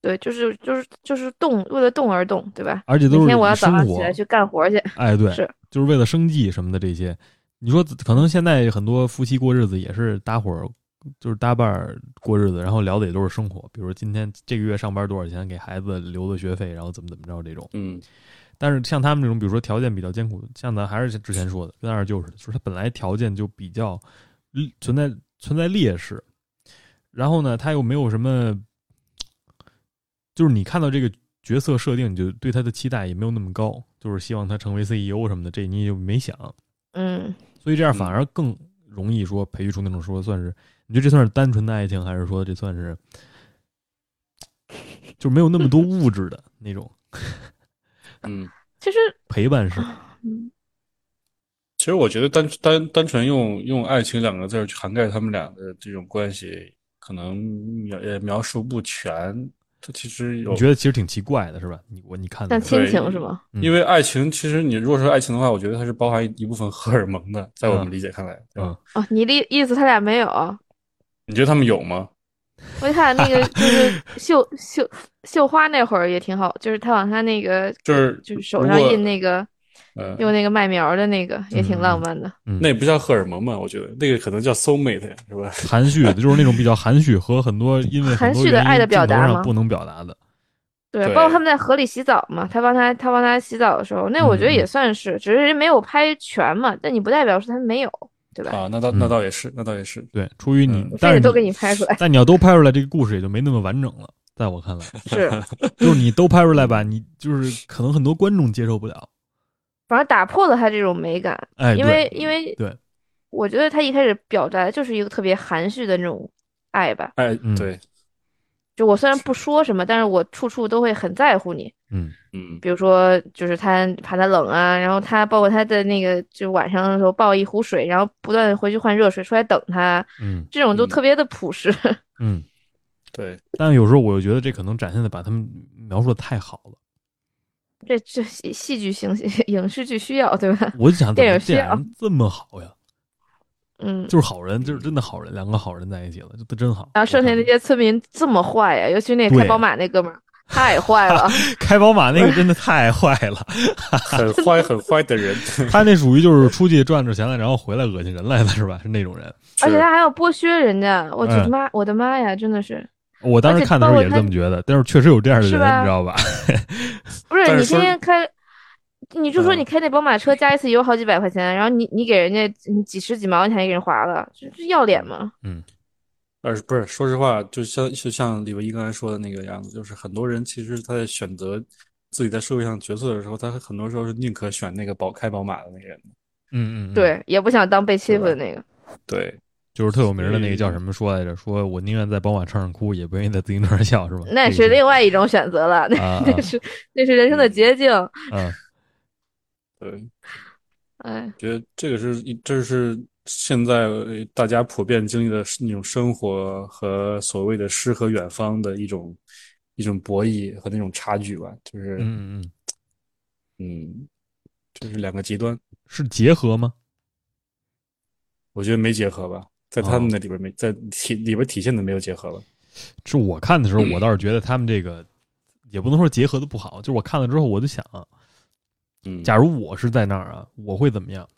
对，就是就是就是动，为了动而动，对吧？而且都每是天我要以早生上活起来去干活去，哎，对，是就是为了生计什么的这些。你说可能现在很多夫妻过日子也是搭伙儿，就是搭伴儿过日子，然后聊的也都是生活，比如说今天这个月上班多少钱，给孩子留的学费，然后怎么怎么着这种。嗯，但是像他们这种，比如说条件比较艰苦，像咱还是之前说的跟二舅似的，就是他本来条件就比较嗯存在存在劣势，然后呢，他又没有什么，就是你看到这个角色设定，你就对他的期待也没有那么高，就是希望他成为 CEO 什么的，这你就没想，嗯，所以这样反而更容易说培育出那种说算是，你觉得这算是单纯的爱情，还是说这算是就没有那么多物质的那种嗯，其实陪伴式？嗯其实我觉得单单单纯用用爱情两个字儿去涵盖他们俩的这种关系，可能描也描述不全。它其实有你觉得其实挺奇怪的是吧？你我你看的但时候，亲对情是吗？嗯因为爱情，其实你如果说爱情的话，我觉得它是包含一一部分荷尔蒙的，在我们嗯理解看来，对吧嗯，哦，你的意思他俩没有？你觉得他们有吗？我就看 *laughs* 那个就是绣绣绣花那会儿也挺好，就是他往他那个就是就是手上如果印那个呃，用那个麦苗的那个也挺浪漫的。嗯那也不叫荷尔蒙嘛，我觉得那个可能叫 soul mate 是吧？含蓄 *laughs* 的，就是那种比较含蓄和很多因为很含多蓄的原因爱的表达镜头上吗不能表达的，对，对包括他们在河里洗澡嘛，他帮他他帮他洗澡的时候，那我觉得嗯也算是，只是人没有拍全嘛，但你不代表说他没有，对吧？啊，那倒嗯那倒也是，那倒也是，对，出于你嗯，但是这个都给你拍出来，但你要都拍出来，这个故事也就没那么完整了。在我 *laughs* 看来，是，就是你都拍出来吧，你就是可能很多观众接受不了。反而打破了他这种美感，哎，因对为因为对，我觉得他一开始表达的就是一个特别含蓄的那种爱吧，哎嗯，对，就我虽然不说什么，但是我处处都会很在乎你，嗯嗯比如说就是他怕他冷啊，然后他包括他的那个就晚上的时候抱一壶水，然后不断的回去换热水出来等他，嗯这种都嗯特别的朴实， *laughs* 嗯，对，但有时候我又觉得这可能展现的把他们描述的太好了。这这戏戏剧性 *laughs* 影视剧需要对吧？我就想，怎电么影需这要人这么好呀？嗯，就是好人，就是真的好人，两个好人在一起了，就都真好。然后剩下我看那些村民这么坏啊呀、尤其那对开宝马那哥们儿太坏了，开宝马那个真的太坏了，很 *laughs* 坏很坏的人， *laughs* 他那属于就是出去赚着钱了，然后回来恶心人来了，是 *laughs* 吧？是那种人。而且是他还要剥削人家，我的嗯妈，我的妈呀，真的是，我当时看的时候也是这么觉得，但是确实有这样的人，是吧你知道 *laughs* 吧？不是但是你天说天开，你就说嗯你开那宝马车加一次油好几百块钱，然后你你给人家你几十几毛，你还给人划了，这这要脸吗？呃，不是，说实话，就像就像李文一刚才说的那个样子，就是很多人其实他在选择自己在社会上角色的时候，他很多时候是宁可选那个宝开宝马的那个人。嗯嗯，嗯，对，也不想当被欺负的那个，对，就是特有名的那个叫什么说来着？说我宁愿在宝马车上哭，也不愿意在自行车上笑，是吧？那也是这另外一种选择了，那个啊那是那是人生的嗯捷径， *laughs* 啊啊！对，哎，觉得这个是一，这是现在呃大家普遍经历的是那种生活和所谓的诗和远方的一种一种博弈和那种差距吧，就是嗯嗯嗯，嗯，就是两个极端，是结合吗？我觉得没结合吧，在哦他们那里边没在体里边体现的没有结合吧。是我看的时候，我倒是觉得他们这个也不能说结合的不好，就是我看了之后，我就想啊，嗯，假如我是在那儿啊，我会怎么样？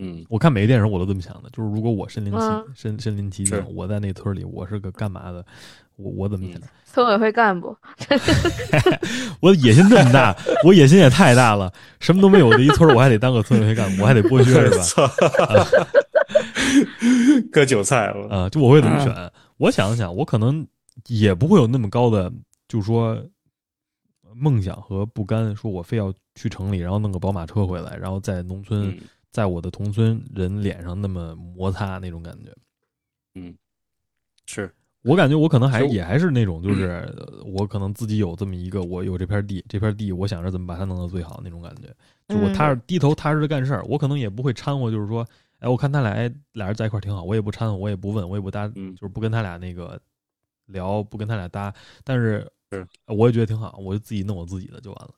嗯我看每个电影我都这么想的，就是如果我身临其嗯身身临其境是，我在那村里，我是个干嘛的？我我怎么想？村委会干部，我野心这么大， *laughs* 我野心也太大了，什么都没有的一村儿，我还得当个村委会 *laughs* 干部，我还得剥削是吧？操， *laughs* 割韭菜了。啊，就我会怎么嗯选？我想了想，我可能也不会有那么高的，就是说梦想和不甘，说我非要去城里，然后弄个宝马车回来，然后在农村，嗯在我的同村人脸上那么摩擦那种感觉。嗯，是，我感觉我可能还所以我也还是那种，嗯就是呃我可能自己有这么一个，我有这片地，这片地我想着怎么把它弄得最好那种感觉。就我嗯踏实低头踏实的干事儿，我可能也不会掺和，就是说，哎，我看他俩哎俩人在一块儿挺好，我也不掺和，我也不问，我也不搭，嗯就是不跟他俩那个聊，不跟他俩搭。但是是我也觉得挺好，我就自己弄我自己的就完了。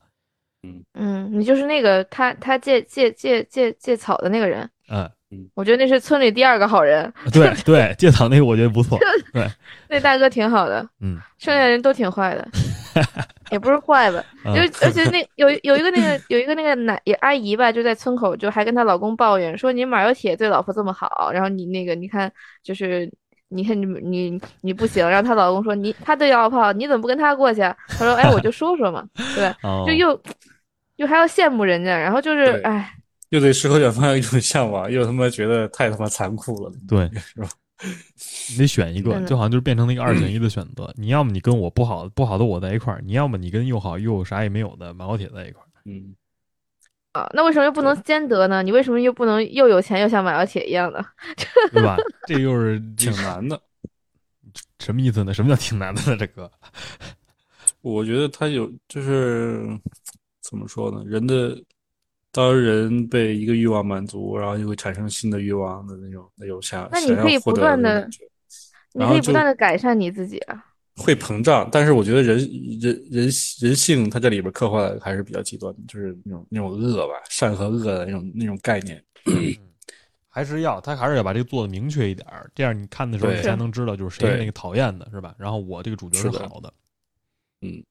嗯，你就是那个他他借借借借借草的那个人，哎，我觉得那是村里第二个好人，对对， *laughs* 芥草那个我觉得不 *laughs* 错，对，那大哥挺好的，嗯，剩下的人都挺坏 *laughs* 的，也不是坏吧，嗯就而且那有有一个那个有一个那个奶也阿姨吧，就在村口就还跟她老公抱怨说你马有铁对老婆这么好，然后你那个你看就是你看你你你不行，然后她老公说你他对老婆好，你怎么不跟他过去啊？她说哎我就说说嘛，对 *laughs* 吧？哦就又又还要羡慕人家，然后就是对哎又对诗和远方有一种向往，又他妈觉得太他妈残酷了，对， *laughs* 是吧？你得选一个真，的就好像就是变成那个二选一的选择。你要么你跟我不好不好的我在一块儿，你要么你跟又好又啥也没有的马小铁在一块儿。嗯，啊那为什么又不能兼得呢？你为什么又不能又有钱又像马有铁一样呢？对 *laughs* 吧？这又是挺难的。什么意思呢？什么叫挺难的呢？这个，我觉得他有就是怎么说呢？人的当人被一个欲望满足，然后就会产生新的欲望的那种那种想那你想要可以获不得断那地种感觉你然可后以不就断的改善你自己啊。会膨胀，但是我觉得人人人人性，它这里边刻画的还是比较极端的，就是那种那种恶吧，善和恶的那种那种概念。还是要他还是要把这个做的明确一点儿，这样你看的时候对你才能知道就是谁是对那个讨厌的，是吧？然后我这个主角是是的好的，嗯，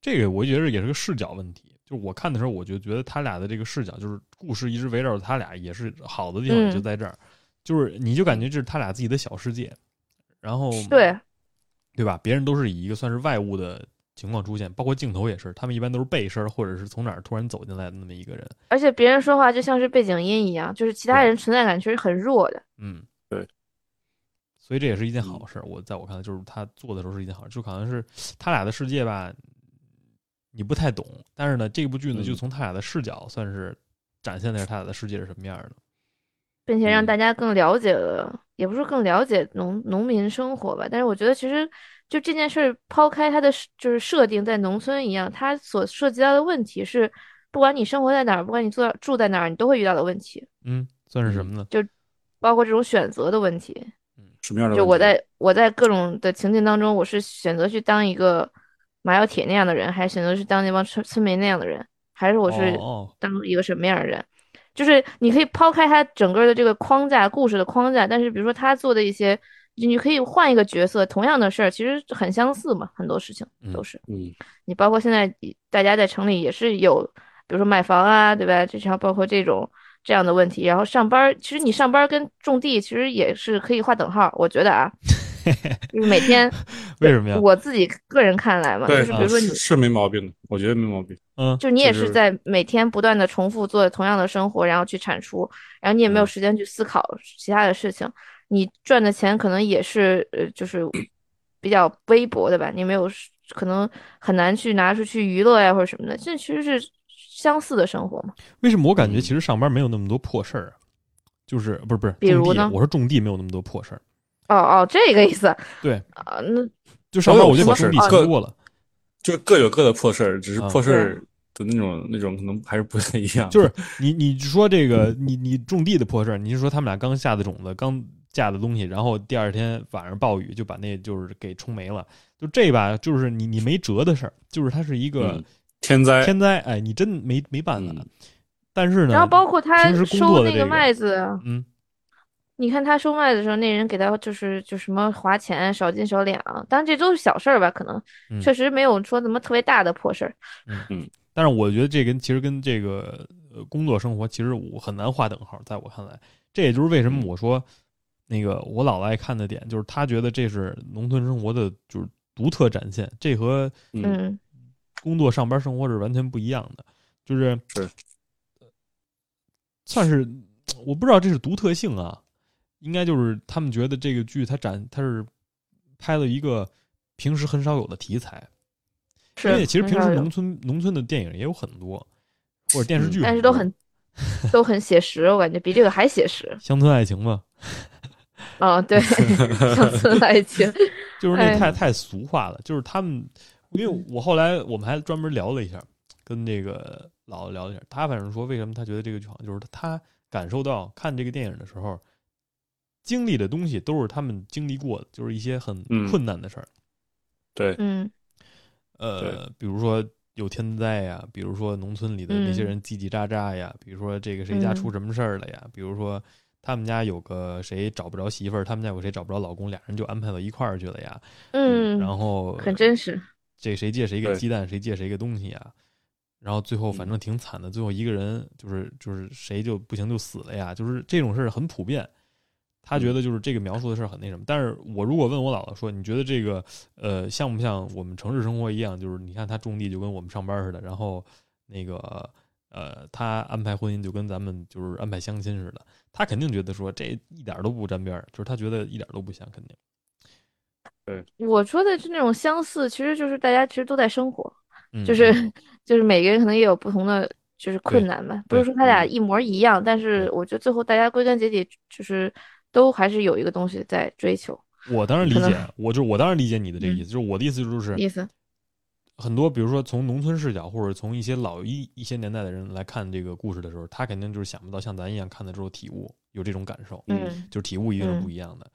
这个我觉得也是个视角问题。就是我看的时候，我就觉得他俩的这个视角，就是故事一直围绕着他俩，也是好的地方嗯就在这儿，就是你就感觉这是他俩自己的小世界，然哦后对，啊对吧？别人都是以一个算是外物的情况出现，包括镜头也是，他们一般都是背身儿或者是从哪儿突然走进来的那么一个人，而且别人说话就像是背景音一样，就是其他对人存在感其实很弱的。嗯，对。嗯所以这也是一件好事儿，我在我看来，就是他做的时候是一件好事，就好像是他俩的世界吧，你不太懂，但是呢，这部剧呢，嗯就从他俩的视角算是展现的是他俩的世界是什么样的。并且让嗯大家更了解了，也不是更了解农农民生活吧。但是我觉得，其实就这件事儿，抛开它的设就是设定在农村一样，它所涉及到的问题是，不管你生活在哪儿，不管你住住在哪儿，你都会遇到的问题，嗯，算是什么呢？包括这种选择的问题。什么样的就问我题在我在各种的情境当中，我是选择去当一个马小铁那样的人，还是选择去当那帮村村民那样的人，还是我是哦哦当一个什么样的人？就是你可以抛开他整个的这个框架、故事的框架，但是比如说他做的一些，就你可以换一个角色，同样的事儿其实很相似嘛，很多事情都嗯是。嗯你包括现在大家在城里也是有，比如说买房啊，对吧？这像包括这种这样的问题。然后上班儿，其实你上班儿跟种地其实也是可以划等号，我觉 *laughs* 得啊，就是每天为什么呀？我自己个人看来嘛，就对，啊是比如说你是，是没毛病的，我觉得没毛病。嗯，就你也就是是在每天不断的重复做同样的生活，然后去产出，然后你也没有嗯时间去思考其他的事情，你赚的钱可能也是呃，就是比较微薄的吧，你没有时可能很难去拿出去娱乐呀或者什么的，这其实是相似的生活嘛。为什么我感嗯觉其实上班没有那么多破事儿啊？就是不是不是，比如种地呢我说种地没有那么多破事儿，哦哦，这个意思啊，对，那就上班都有我就把破种事儿地各全过了。就是各有各的破事儿，只是啊破事儿的那种、那种可能还是不太一样。就是你你说这个嗯你你种地的破事儿，你是说他们俩刚下的种子，刚架的东西，然后第二天晚上暴雨就把那就是给冲没了，就这吧，就是你你没辙的事儿，就是它是一个嗯天灾，天灾，哎，你真没没办法嗯。但是呢，然后包括他平时工收作的那这个麦子啊，嗯，你看他收麦的时候，那人给他就是就什么划钱少斤少两，当然这都是小事儿吧，可能嗯确实没有说什么特别大的破事儿。但是我觉得这跟其实跟这个呃工作生活其实我很难划等号，在我看来，这也就是为什么我说那个我姥姥爱看的点，就是她觉得这是农村生活的就是独特展现，这和嗯，嗯工作、上班、生活是完全不一样的，就是是算是我不知道这是独特性啊，应该就是他们觉得这个剧它展它是拍了一个平时很少有的题材，是嗯因为其实很平少时有嗯农村农村的电影也有很多，或者电视剧多，但是都很都很写实，我感觉比这个还写实。乡村爱情嘛，*laughs* 啊、对，乡村爱情，就是那哎太太俗化了，就是他们，因为我后来我们还专门聊了一下，跟那个老聊了一下，他反正说为什么他觉得这个剧好，就是他感受到看这个电影的时候，经历的东西都是他们经历过的，就是一些很嗯困难的事儿，对，嗯呃，比如说有天灾呀，比如说农村里的那些嗯人叽叽喳喳呀，比如说这个谁家出什么事儿了呀，比如说他们家有个谁找不着媳妇儿，他们家有谁找不着老公，俩人就安排到一块儿去了呀，嗯，然后很真实，这谁借谁一个对鸡蛋，谁借谁一个东西啊。然后最后反正挺惨的，最后一个人就是就是谁就不行就死了呀，就是这种事儿很普遍。他觉得就是这个描述的事儿很那什么，但是我如果问我姥姥说，你觉得这个呃像不像我们城市生活一样？就是你看他种地就跟我们上班似的，然后那个呃他安排婚姻就跟咱们就是安排相亲似的，他肯定觉得说这一点儿都不沾边儿，就是他觉得一点儿都不像，肯定。我说的是那种相似，其实就是大家其实都在生活，嗯就是就是每个人可能也有不同的就是困难吧，不对是说他俩嗯一模一样，但对是我觉得最后大家归根结底就是都还是有一个东西在追求，我当然理可能嗯解，我就我当然理解你的这个意思，就是我的意思就是意思，很多，比如说从农村视角或者从一些老一一些年代的人来看这个故事的时候，他肯定就是想不到像咱一样看了之后体悟，有这种感受，嗯。就是体悟一定是嗯不一样的。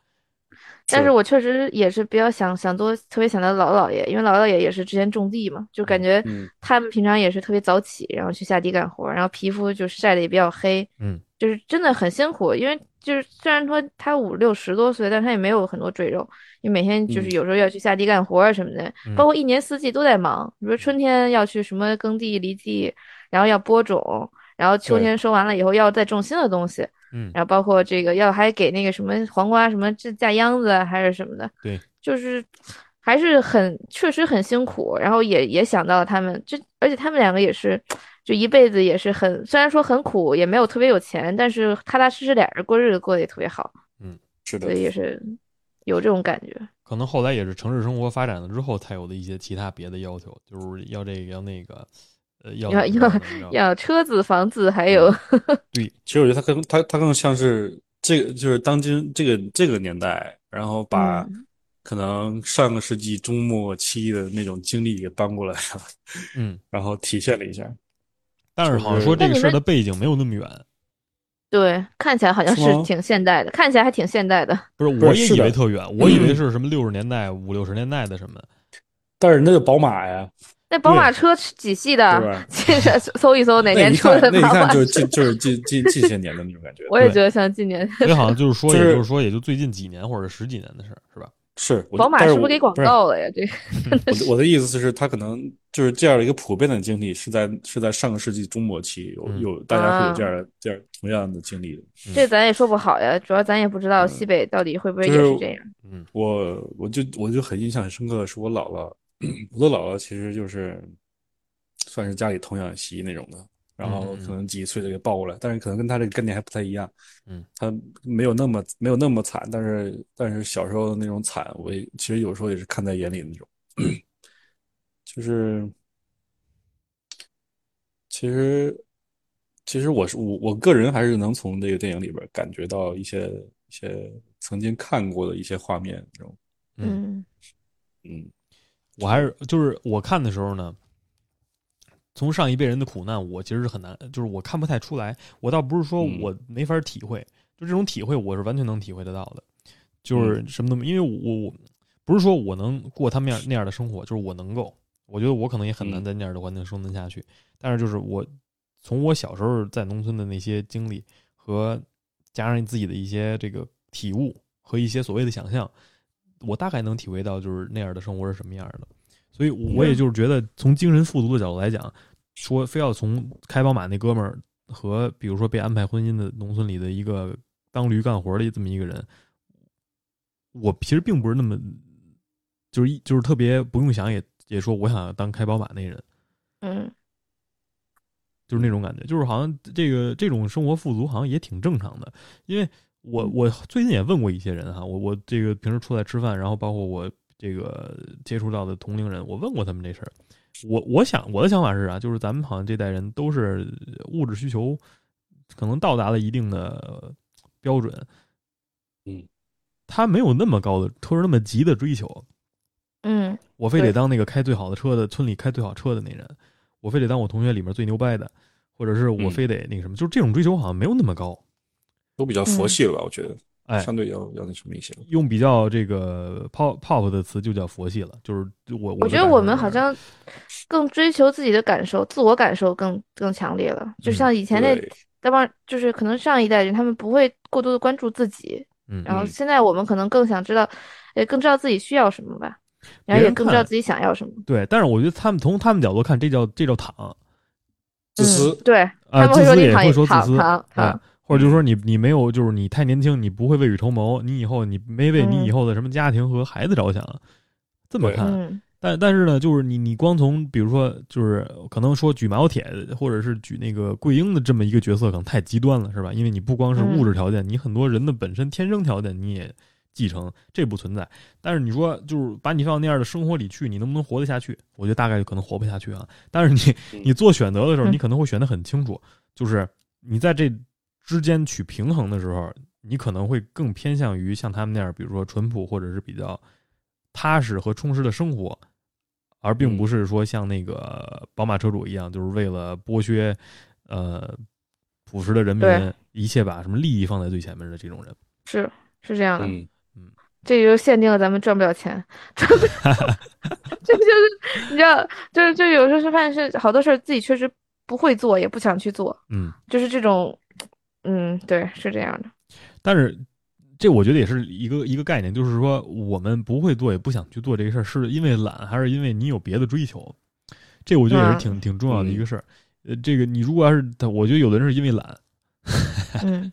但是是我确实也是比较想想多，特别想到姥姥姥爷，因为姥姥姥爷也是之前种地嘛，就感觉嗯他们平常也是特别早起，然后去下地干活，然后皮肤就晒得也比较黑，嗯，就是真的很辛苦。因为就是虽然说他五六十多岁，但是他也没有很多赘肉，因为每天就是嗯有时候要去下地干活啊什么的，嗯包括一年四季都在忙，比如春天要去什么耕地、犁地，然后要播种，然后秋对天收完了以后要再种新的东西。嗯，然后包括这个要还给那个什么黄瓜什么这架秧子啊还是什么的，对，就是还是很确实很辛苦，然后也也想到了他们这，而且他们两个也是就一辈子也是很虽然说很苦，也没有特别有钱，但是踏踏实实俩人过日子过得也特别好，是的所，以也是有这种感觉。可能后来也是城市生活发展了之后才有的一些其他别的要求，就是要这个要那个，呃，要要怎么着怎么着要车子、房子，还嗯有其实我觉得它更它它更像是这个就是当今这个这个年代，然后把嗯可能上个世纪中末期的那种经历给搬过来了，嗯，然后体现了一下。但是好像说这个那你事儿们的背景没有那么远，对，看起来好像是是吗挺现代的，看起来还挺现代的。嗯不是不是我也是以的为特远，我以为是什么六十年代五六十年代的什么，但是那个宝马呀，那宝马对车是几系的对吧？ *laughs* 其实搜一搜哪那年一出看的那一宝马看车就是。近就是近近近些年的那种感觉。我也对觉得像今年所以好像就是说， *laughs* 就是也就是说，也就最近几年或者十几年的事儿，是吧？是 *laughs* 我宝马但是我不是给广是告了呀？这个我的我的意思是，他可能就是这样的一个普遍的经历，是在是在上个世纪中末期有嗯有大家会有啊这样的这样同样的经历的。这咱也说不好呀，主要咱也不知道西北到底会不会也就是这样。嗯我我就我就很印象很深刻的是我姥姥，我的姥姥其实就是算是家里童养媳那种的，然后嗯嗯可能几岁就给抱过来，但是可能跟她这个概念还不太一样，嗯，她没有那么没有那么惨，但是但是小时候的那种惨，我也其实有时候也是看在眼里的那种， *coughs* 就是其实其实我是我我个人还是能从这个电影里边感觉到一些一些曾经看过的一些画面这种。嗯嗯嗯，我还是就是我看的时候呢，从上一辈人的苦难，我其实是很难，就是我看不太出来。我倒不是说嗯我没法体会，就这种体会我是完全能体会得到的。嗯就是什么都没，因为我我不是说我能过他们那样那样的生活，就是我能够，我觉得我可能也很难嗯在那样的环境生存下去。但是就是我从我小时候在农村的那些经历和加上自己的一些这个体悟和一些所谓的想象，我大概能体会到就是那样的生活是什么样的。所以我也就是觉得，从精神富足的角度来讲，说非要从开宝马那哥们儿和比如说被安排婚姻的农村里的一个当驴干活的这么一个人，我其实并不是那么就是一就是特别不用想也也说我想当开宝马那人，嗯，就是那种感觉，就是好像这个这种生活富足好像也挺正常的，因为我我最近也问过一些人哈，我我这个平时出来吃饭，然后包括我这个接触到的同龄人，我问过他们这事儿，我我想我的想法是啊，就是咱们好像这代人都是呃物质需求可能到达了一定的呃标准，嗯，他没有那么高的，或者那么急的追求。嗯，我非得对当那个开最好的车的村里开最好车的那人，我非得当我同学里面最牛掰的，或者是我嗯非得那个什么，就是这种追求好像没有那么高。都嗯比较佛系了吧？我觉得，哎，相对要要那什么一些。用比较这个 pop pop 的词就叫佛系了，就是我我我觉得我们好像更追求自己的感受，自我感受更更强烈了。就嗯像以前那对那帮，就是可能上一代人他们不会过多的关注自己，嗯，然后嗯现在我们可能更想知道，呃，更知道自己需要什么吧，然别后也人更知道看自己想要什么。对，但是我觉得他们从他们角度看，这叫这叫躺自私嗯，，对，啊，他们自会说私你也躺会说自躺私，躺啊躺，嗯或者就是说你你没有，就是你太年轻，你不会未雨绸缪，你以后你没为你以嗯后的什么家庭和孩子着想，这么对看，啊嗯但但是呢，就是你你光从比如说，就是可能说举马小铁，或者是举那个桂英的这么一个角色，可能太极端了，是吧？因为你不光是物质条件，你很多人的本身天生条件你也继承，这不存在。但是你说就是把你放到那样的生活里去，你能不能活得下去？我觉得大概可能活不下去啊。但是你嗯你做选择的时候，嗯你可能会选得很清楚，就是你在这之间取平衡的时候，你可能会更偏向于像他们那样，比如说淳朴或者是比较踏实和充实的生活，而并不是说像那个宝马车主一样，就是为了剥削呃朴实的人民对，一切把什么利益放在最前面的这种人。是是这样的，嗯，这就限定了咱们赚不了钱，赚不了， *laughs* 这就是你知道，就是就有时候是发现是好多事儿自己确实不会做，也不想去做，嗯，就是这种，嗯，对，是这样的，但是这我觉得也是一个一个概念，就是说我们不会做也不想去做这个事儿，是因为懒还是因为你有别的追求？这我觉得也是嗯挺挺重要的一个事儿。呃，这个你如果要是他，我觉得有的人是因为懒，嗯，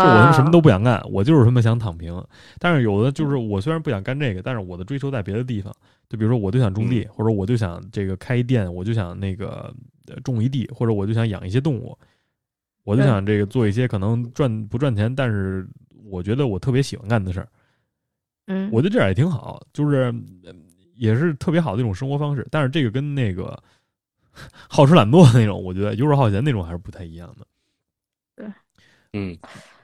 就我他妈什么都不想干，我就是他妈想躺平。但是有的就是我虽然不想干这个，但是我的追求在别的地方，就比如说我就想种嗯地，或者我就想这个开一店，我就想那个呃种一地，或者我就想养一些动物，我就对想这个做一些可能赚不赚钱，但是我觉得我特别喜欢干的事儿。嗯，我觉得这样也挺好，就是嗯也是特别好的一种生活方式。但是这个跟那个 *laughs* 好吃懒做的那种，我觉得游手好闲那种还是不太一样的。嗯，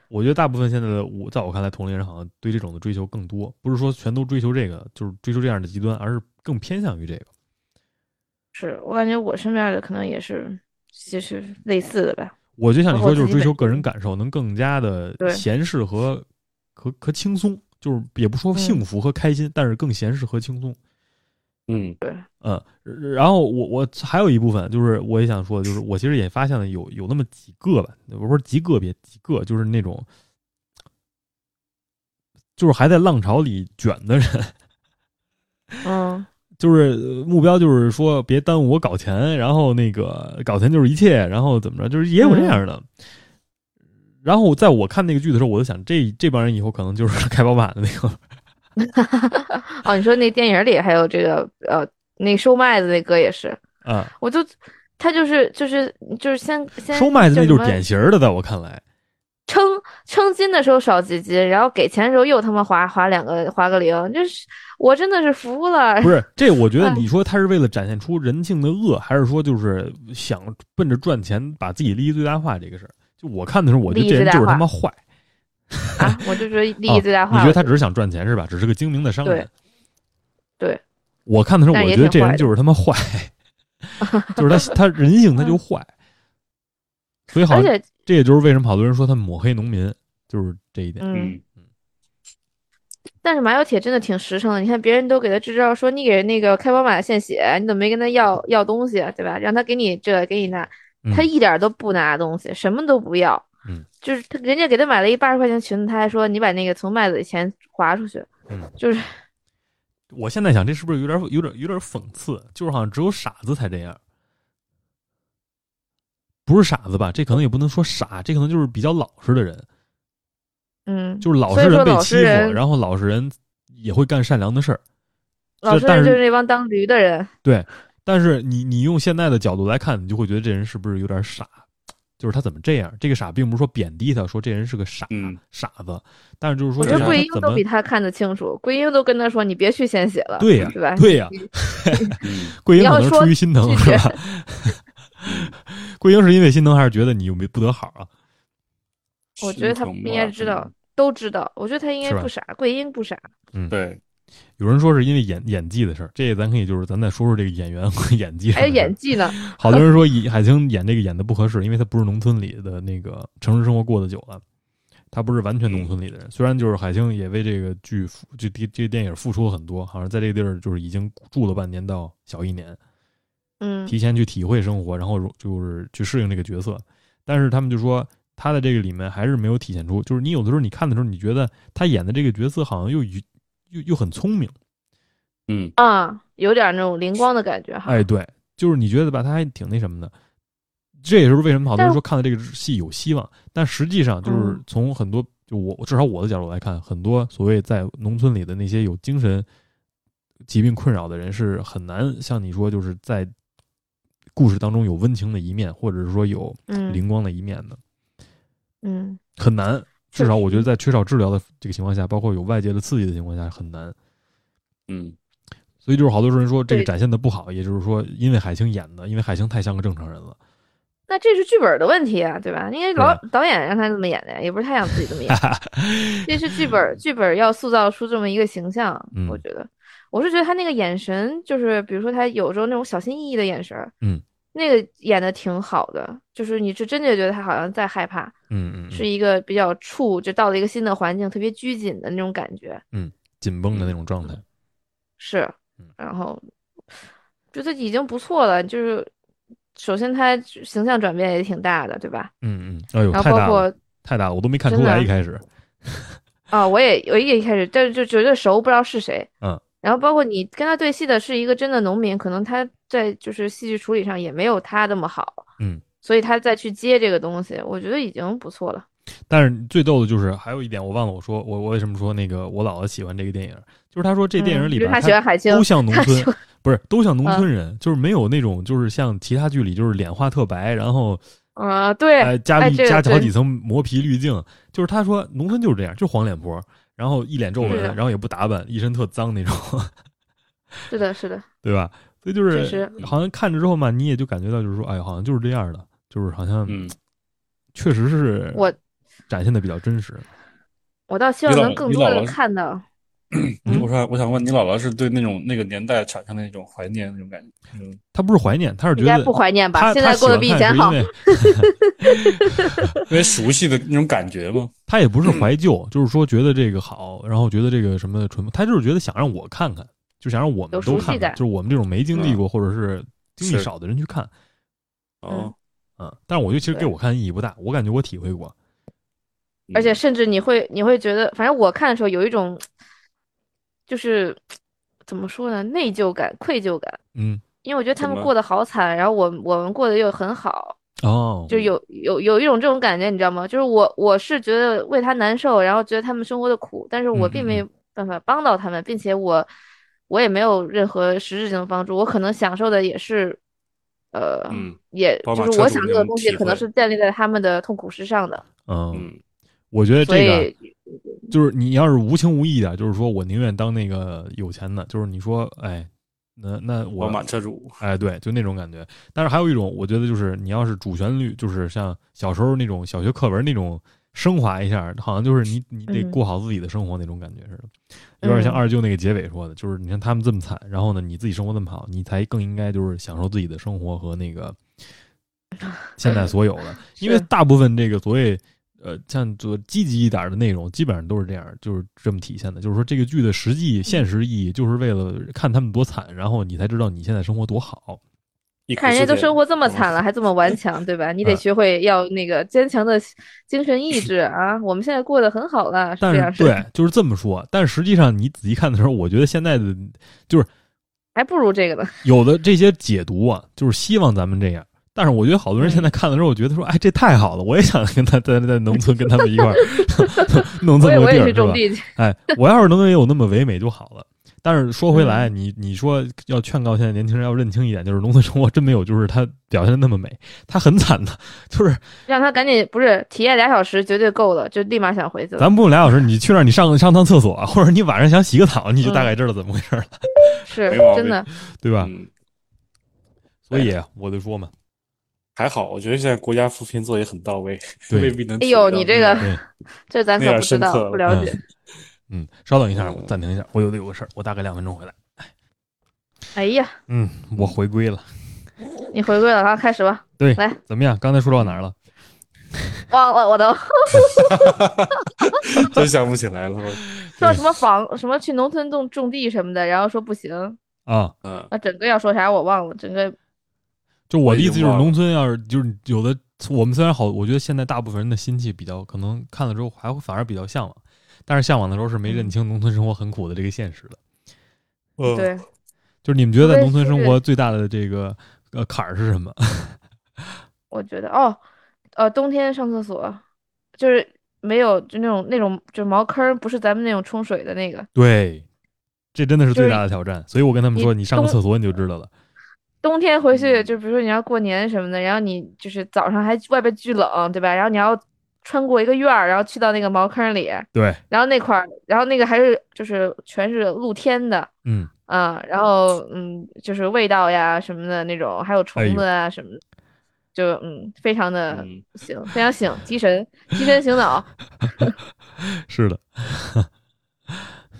我觉得大部分现在的我，在我看来，同龄人好像对这种的追求更多，不是说全都追求这个，就是追求这样的极端，而是更偏向于这个。是我感觉我身边的可能也是就是类似的吧，我就像你包括说，就自是追己本求个身人感受，能更加的对闲适和和和轻松，就是也不说嗯幸福和开心，但是更闲适和轻松。嗯，嗯，然后我我还有一部分就是我也想说，就是我其实也发现了有有那么几个吧，不是说极个别几个，就是那种就是还在浪潮里卷的人。嗯就是呃目标就是说别耽误我搞钱，然后那个搞钱就是一切，然后怎么着，就是也嗯有这样的。然后在我看那个剧的时候，我就想，这这帮人以后可能就是开宝马的那个，哦，你说那电影里还有这个呃，那收麦子那歌也是，啊，我就他就是就是就是先先收麦子那叫就什是么典型儿的，在我看来，称称斤的时候少几斤，然后给钱的时候又他妈划划两个划个零，就是我真的是服了。不是这，我觉得哎你说他是为了展现出人性的恶，还是说就是想奔着赚钱把自己利益最大化这个事儿？就我看的时候，我觉得利益这最人大就是他化妈坏，啊，我就说利益最大哦你化。觉得他只是想赚钱是吧？只是个精明的商人。对对我看的时候，但我是也觉得这挺坏人的就是他妈坏， *laughs* 就是他他人性他就坏，所以好嗯而像且这也就是为什么好多人说他抹黑农民，就是这一点。嗯，嗯，但是马小铁真的挺实诚的，你看别人都给他支招说你给那个开宝马献血，你怎么没跟他要要东西，啊对吧？让他给你这给你那，嗯他一点儿都不拿东西，什么都不要。嗯，就是他人家给他买了一八十块钱裙子，他还说你把那个从麦子里钱划出去。嗯，就是我现在想，这是不是有点有点有点讽刺？就是好像只有傻子才这样，不是傻子吧？这可能也不能说傻，这可能就是比较老实的人，嗯，就是老所以实人说被老欺实负，人然后老实人也会干善良的事儿。老实但人是就是那帮当驴的人。但是你你用现在的角度来看，你就会觉得这人是不是有点傻？就是他怎么这样？这个傻并不是说贬低他，说这人是个傻、嗯傻子，但是就是说我这觉人他得桂英怎都么比他看得清楚，桂英都跟他说：“你别去献血了，对呀对吧？对呀、嗯桂英你要可能是说出于心疼拒是绝吧？ *laughs* 桂英是因为心疼还是觉得你有没不得好啊？我觉得他心疼应该吧知道，都知道。我觉得他应嗯该是吧不傻，桂英不傻。对，有人说是因为演演技的事儿，这咱可以就是咱再说说这个演员和 *laughs* 演技上还的有事儿。演技呢，好多人说以海清演这个演的不合适，因为她不是农村里的那个城市生活过得久了，她不是完全农村里的人。虽然就是海清也为这个剧付这这这电影付出了很多，好像在这个地儿就是已经住了半年到小一年，嗯，提前去体会生活，然后如就是去适应这个角色。但是他们就说他在这个里面还是没有体现出，就是你有的时候你看的时候，你觉得他演的这个角色好像又与又又很聪明，嗯，啊，有点那种灵光的感觉哈。哎，对，就是你觉得吧，他还挺那什么的。这也是为什么好多人但说看了这个戏有希望，但实际上就是嗯从很多就我至少我的角度来看，很多所谓在农村里的那些有精神疾病困扰的人是很难像你说就是在故事当中有温情的一面，或者是说有嗯灵光的一面的，嗯，很难。至少确实我觉得在缺少治疗的这个情况下，包括有外界的刺激的情况下，很难。嗯，所以就是好多人说这个对展现的不好，也就是说因为海清演的，因为海清太像个正常人了。那这是剧本的问题啊，对吧？应该老是导演让他这么演的呀，也不是他想自己这么演。 *laughs* 这是剧本，剧本要塑造出这么一个形象嗯，我觉得，我是觉得他那个眼神，就是比如说他有时候那种小心翼翼的眼神，嗯，那个演的挺好的，就是你是真的觉得他好像在害怕，嗯嗯，是一个比较怵，就到了一个新的环境，特别拘谨的那种感觉，紧绷的那种状态。是嗯，然后觉得已经不错了，就是首先他形象转变也挺大的，对吧？嗯嗯，哎呦，然太后包大了，括太大了，我都没看出真的来一开始。啊、我也我也一开始，但是就觉得熟，不知道是谁。嗯。然后包括你跟他对戏的是一个真的农民，可能他在就是戏剧处理上也没有他那么好。嗯。所以他再去接这个东西，我觉得已经不错了。但是最逗的就是还有一点，我忘了我说我我为什么说那个我姥姥喜欢这个电影，就是他说这电影嗯里比如边、他喜欢嗯海清都，像农他喜村， *laughs* 欢不是都像农村人，就是没有那种就是像其他剧里就是脸画特白，然后啊，对，呃加哎一这个加好真几层磨皮滤镜，就是他说农村就是这样，就是黄脸婆，然后一脸皱纹是，的然后也不打扮，一身特脏那种，是的，是的，对吧？所以就是确实好像看着之后嘛，你也就感觉到就是说，哎，好像就是这样的，就是好像嗯，确实是我展现的比较真实。我倒希望你老能更你多老的了看到。嗯我说我想问你姥姥是对那种那个年代产生的那种怀念那种感觉，嗯，他不是怀念，他是觉应该得不怀念吧？他现在过得比以前好 *laughs* 他喜欢看是因。为因为熟悉的那种感觉嘛，他也不是怀旧，就是说觉得这个好，然后觉得这个什么淳朴，他就是觉得想让我看看，就想让我们有都熟悉看看，感就是我们这种没经历嗯过或者是经历是少的人去看，哦，嗯，但是我觉得其实给对我看意义不大，我感觉我体会过，而且嗯甚至你会你会觉得，反正我看的时候有一种，就是怎么说呢，内疚感、愧疚感，嗯，因为我觉得他怎们么过得好惨，然后我我们过得又很好，哦，就有有有一种这种感觉，你知道吗？就是我我是觉得为他难受，然后觉得他们生活的苦，但是我嗯并嗯没有办法帮到他们，并且我我也没有任何实质性的帮助，我可能享受的也是，呃，嗯也宝马就是车我主享受那的种东西体可能会是建立在他们的痛苦之上的，嗯，嗯我觉得所这个以。就是你要是无情无义的，就是说我宁愿当那个有钱的，就是你说，哎，那那我宝马车主，哎，对，就那种感觉。但是还有一种，我觉得就是你要是主旋律，就是像小时候那种小学课文那种升华一下，好像就是你你得嗯过好自己的生活那种感觉似的，有点像嗯二舅那个结尾说的，就是你看他们这么惨，然后呢你自己生活这么好，你才更应该就是享受自己的生活和那个现在所有的，因为是大部分这个所谓。呃，像做积极一点的内容，基本上都是这样，就是这么体现的。就是说，这个剧的实际现实意嗯义，就是为了看他们多惨，然后你才知道你现在生活多好。一看哭人家四都天生活这么惨了，嗯还这么顽强，对吧？你得嗯学会要那个坚强的精神意志啊！我们现在过得很好了，是但这样是是啊对，就是这么说。但实际上，你仔细看的时候，我觉得现在的还不如这个呢。有的这些解读啊，就是希望咱们这样。但是我觉得好多人现嗯在看的时候，我觉得说，哎，这太好了，我也想跟他在在农村跟他们一块 *laughs* 儿 *laughs* 弄这我也么我个地儿，也去是种吧？地去， *laughs* 哎，我要是能也有那么唯美就好了。但是说回来，你你说要劝告现在年轻人要认清一点，就是农村生活真没有，就是它表现的那么美，它很惨的，就是让他赶紧不是体验俩小时绝对够了，就立马想回去了。咱不用俩小时，你去那儿你上上趟厕所，或者你晚上想洗个澡，你就大概知道怎么回事了，是没毛病真的，对吧？嗯所以我就说嘛，还好，我觉得现在国家扶贫做得也很到位，对未必能哎体呦，到你这那个对，这咱那可样不知嗯深道刻，不了解。嗯，稍等一下，我暂停一下，我有得有个事儿，我大概两分钟回来。哎呀，嗯，我回归了。你回归了，好，开始吧。对来，怎么样？刚才说到哪儿了？忘了我都嗯个 *laughs* 真想不起来了。我说什么房什么去农村种种地什么的，然后说不行，啊，嗯，啊，整个要说啥我忘了，整个就我的意思就是，我已经忘了农村要是就是有的，我们虽然好，我觉得现在大部分人的心气比较，可能看了之后还会反而比较向往，但是向往的时候是没认清农村生活很苦的这个现实的。嗯，对，就是你们觉得在对农村生就活最大的这个呃坎儿是什么？我觉得哦，呃，冬天上厕所就是没有就那种那种就是茅坑儿，不是咱们那种冲水的那个，对，这真的是就最是大的挑战。所以我跟他们你说，你上个冬厕所你就知道了。冬天回去，嗯就比如说你要过年什么的，然后你就是早上还外边巨冷，对吧？然后你要穿过一个院儿，然后去到那个茅坑里，对，然后那块儿，然后那个还是就是全是露天的，嗯，啊，然后嗯，就是味道呀什么的那种，还有哎呦虫子啊什么的，就嗯，非常的嗯醒，非常醒，提神，提神醒脑。是的，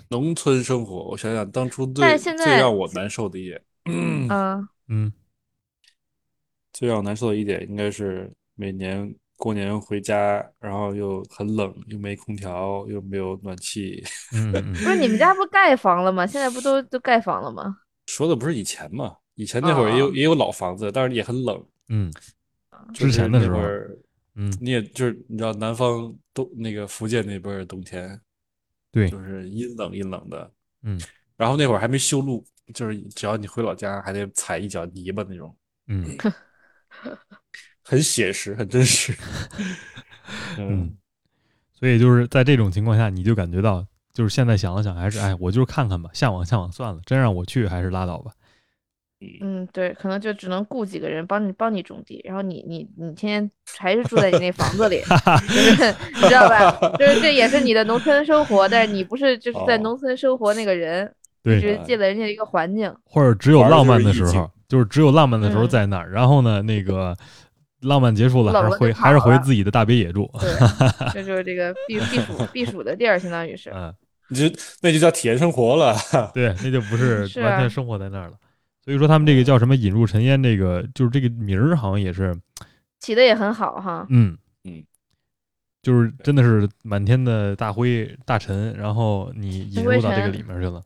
农村生活，我想想当初但最是现最在让我难受的一点，嗯，嗯，最让我难受的一点应该是每年过年回家，然后又很冷，又没空调，又没有暖气。嗯嗯不是你们家不盖房了吗？现在不都都盖房了吗？说的不是以前嘛，以前那会儿也有、啊也有老房子，但是也很冷。嗯嗯，就是之前的那时候会，儿嗯，你也就是你知道南方东那个福建那边儿冬天对就，是阴冷阴冷的，嗯然后那会儿还没修路，就是只要你回老家还得踩一脚泥巴那种，嗯很写实，很真实。 *laughs* 嗯，所以就是在这种情况下，你就感觉到，就是现在想了想，还是哎，我就是看看吧，向往向往算了，真让我去还是拉倒吧。嗯，对，可能就只能雇几个人帮你帮你种地，然后你你你天天还是住在你那房 *laughs* 子里，就是你知道吧？就是这也是你的农村生活，但是你不是就是在哦农村生活那个人，对，只是借了人家的一个 *laughs* 环境。或者只有浪漫的时玩候儿就是意境，就是只有浪漫的时候嗯在那儿，然后呢，那个浪漫结束了，还是冷了就回跑还是回了自己的大别野住。对，这就是这个避避暑避暑的地儿，相当于是。嗯，你就那就叫体验生活了。对，那就不是 *laughs* 是完啊全生活在那儿了。所以说他们这个叫什么“引入尘烟”，这个就是这个名儿好像也是，起的也很好哈。嗯嗯，就是真的是满天的大灰大尘，然后你引入灰到这个尘里面去了，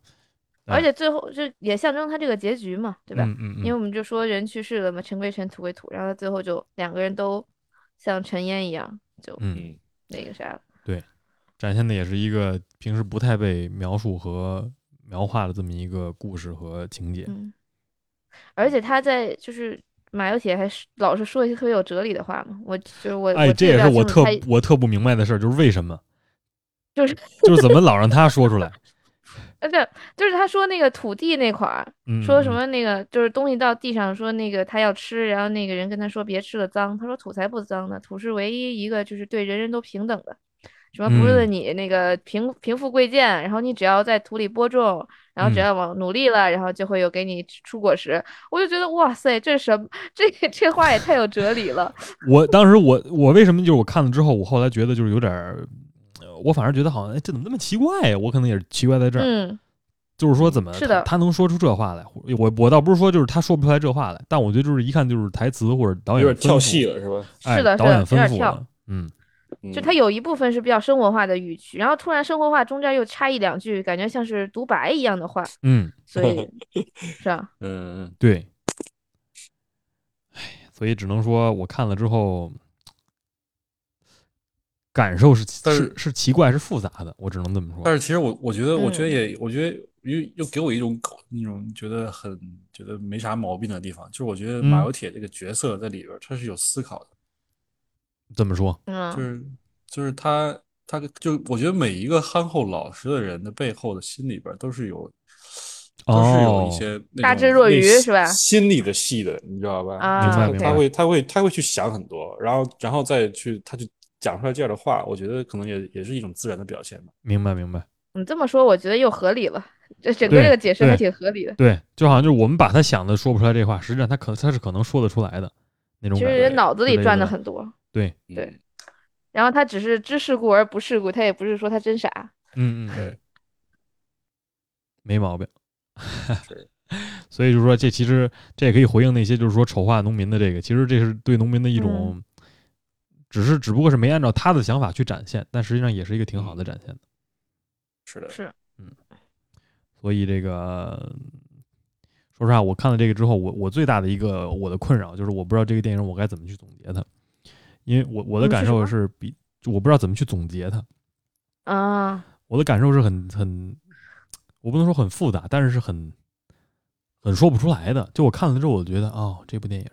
而且最后就也象征他这个结局嘛，对吧？嗯嗯因为嗯，我们就说人去世了嘛，尘归尘，土归土，然后他最后就两个人都像尘烟一样，就嗯，嗯，那个啥了。展现的也是一个平时不太被描述和描画的这么一个故事和情节。嗯，而且他在就是马有铁还是老是说一些特别有哲理的话嘛，我就是我哎，这我记也得比是较我清楚特他我特不明白的事儿，就是为什么，就是就是怎么老让他说出来，呃对，就是他说那个土地那块儿，嗯，说什嗯？么那个就是东西到地上说那个他要吃，然后那个人跟他说别吃了脏，他说土才不脏呢，土是唯一一个就是对人人都平等的，什么不论嗯你那个贫贫富贵贱，然后你只要在土里播种，然后只嗯要往努力了，然后就会有给你出果实，我就觉得哇塞，这什么这这话也太有哲理了，嗯我当时我我为什么就是我看了之后，我后来觉得就是有点儿，呃我反而觉得好像哎这怎么那么奇怪呀、我可能也是奇怪在这儿，嗯就是说怎么是的他他能说出这话来？我我倒不是说就是他说不出来这话来，但我觉得就是一看就是台词或者导有演点跳吩咐戏，了是吧？哎，是的是导的演有点吩咐跳了，嗯，就它有一部分是比较生活化的语句，然后突然生活化中间又插一两句，感觉像是独白一样的话，嗯，*laughs* 所以是啊，嗯嗯对，哎，所以只能说我看了之后，感受是但是是是奇怪是复杂的，我只能这么说。但是其实我我觉得，我觉得嗯也，我觉得又又给我一种口那种觉得很觉得没啥毛病的地方，就是我觉得马嗯有铁这个角色在里边儿，他是有思考的，这么说，嗯，就是就是他他就我觉得每一个憨厚老实的人的背后的心里边儿都是有都是有哦一些那大种智若内愚心是吧心里的戏的，你知道吧？啊明白明他白会他会他会去想很多，然后然后再去他去讲出来这样的话，我觉得可能也也是一种自然的表现吧。明白明白，你这么说，我觉得又合理了，这整个对这个解释对还挺合理的。对，就好像就是我们把他想的说不出来这话，实际上他可他是可能说得出来的，那种其感实觉。人脑子里之类转的的很多，对，对嗯然后他只是知世故而不世故，他也不是说他真傻。嗯嗯，嗯对，没毛病是。 *laughs* 所以就是说，这其实这也可以回应那些就是说丑化农民的这个，其实这是对农民的一种，嗯只是只不过是没按照他的想法去展现，但实际上也是一个挺嗯好的展现的。是的，是，所以这个，说实话，我看了这个之后，我我最大的一个我的困扰就是我不知道这个电影我该怎么去总结它，因为我我的嗯是感什受么是比就我不知道怎么去总结它，啊， *laughs* 我的感受是很很，我不能说很复杂，但是是很很说不出来的。就我看了之后，我觉得哦，这部电影，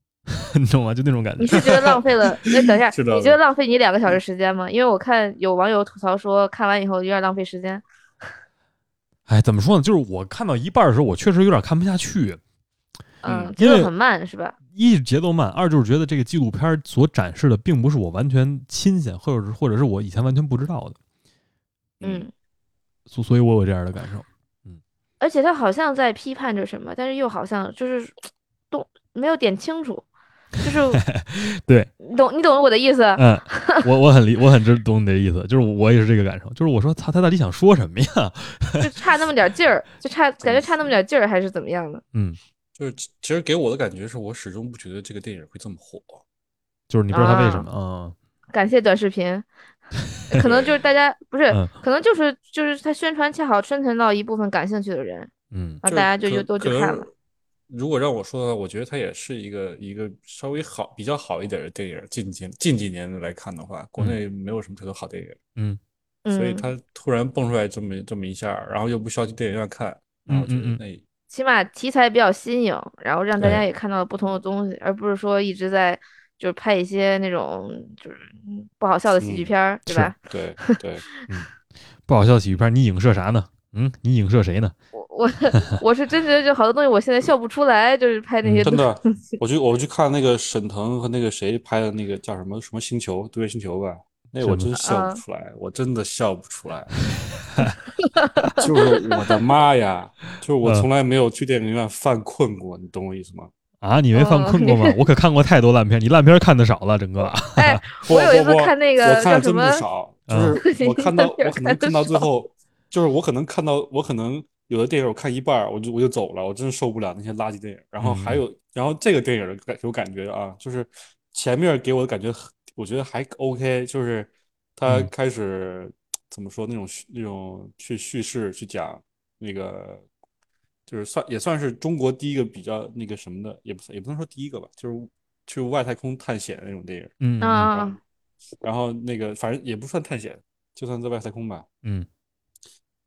*laughs* 你懂吗？就那种感你觉。是觉得浪费 *laughs* 了？哎，等一下，知道你觉得了浪费你两个嗯小时时间吗？因为我看有网友吐槽说，看完以后有点浪费时间。哎，怎么说呢？就是我看到一半的时候，我确实有点看不下去。嗯嗯，节因为奏很慢是吧？一节奏慢，二就是觉得这个纪录片所展示的并不是我完全新鲜，或者是或者是我以前完全不知道的，嗯，所所以我有这样的感受。而且他好像在批判着什么，但是又好像就是懂没有点清楚，就是对，你懂你懂我的意思？ *laughs* 嗯，我我很理我很知懂你的意思，就是我也是这个感受，就是我说他他到底想说什么呀？ *laughs* 就差那么点劲儿，就差感觉差那么点劲儿，还是怎么样的？嗯，就是其其实给我的感觉是我始终不觉得这个电影会这么火，就是你不知道他为啊什么啊？感谢短视频，可能就是大家不是嗯，可能就是就是他宣传恰好宣传到一部分感兴趣的人，嗯然后就大家就可又都去可看能了。如果让我说的话，我觉得它也是一个一个稍微好、比较好一点的电影。近几近几年来看的话，国嗯内没有什么特别好电影，嗯嗯，所以它突然蹦出来这么这么一下儿，然后又不需要去电影院看，然后我觉嗯嗯得嗯那起码题材比较新颖，然后让大家对也看到了不同的东西，而不是说一直在就是拍一些那种就是嗯不好笑的喜剧嗯片儿，对吧？对对，不好笑喜剧片，你影射啥呢？嗯，你影射谁呢？我我 *laughs* 我是真觉得就好多东西我现在笑不出来，就是拍那嗯些真东的西。 *laughs* 我去我去看那个沈腾和那个谁拍的那个叫什么什么星球，对月星球吧，那我什真么笑啊不出来，我真的笑不 *laughs* 出来，就是我的妈呀，就是我嗯从来没有去电影院犯困过，你懂我意思吗？啊，你没犯困过吗？我可看过太多烂片，你烂片看的少了，整 *laughs* 个。哎，不我有一不次不看那个我看叫什的真不么少，啊就是我看到我可能看到最少后，就是我可能看到我可能有的电影我看一半儿我就我就走了，我真受不了那些垃圾电影。然后还嗯嗯有，然后这个电影的感有感觉啊，就是前面给我的感觉很，我觉得还 OK，就是他嗯开始怎么说那种叙那种去叙事去讲那个。就是算也算是中国第一个比较那个什么的，也不算也不能说第一个吧，就是去外太空探险的那种电影。嗯嗯啊，然后那个反正也不算探险，就算在外太空吧，嗯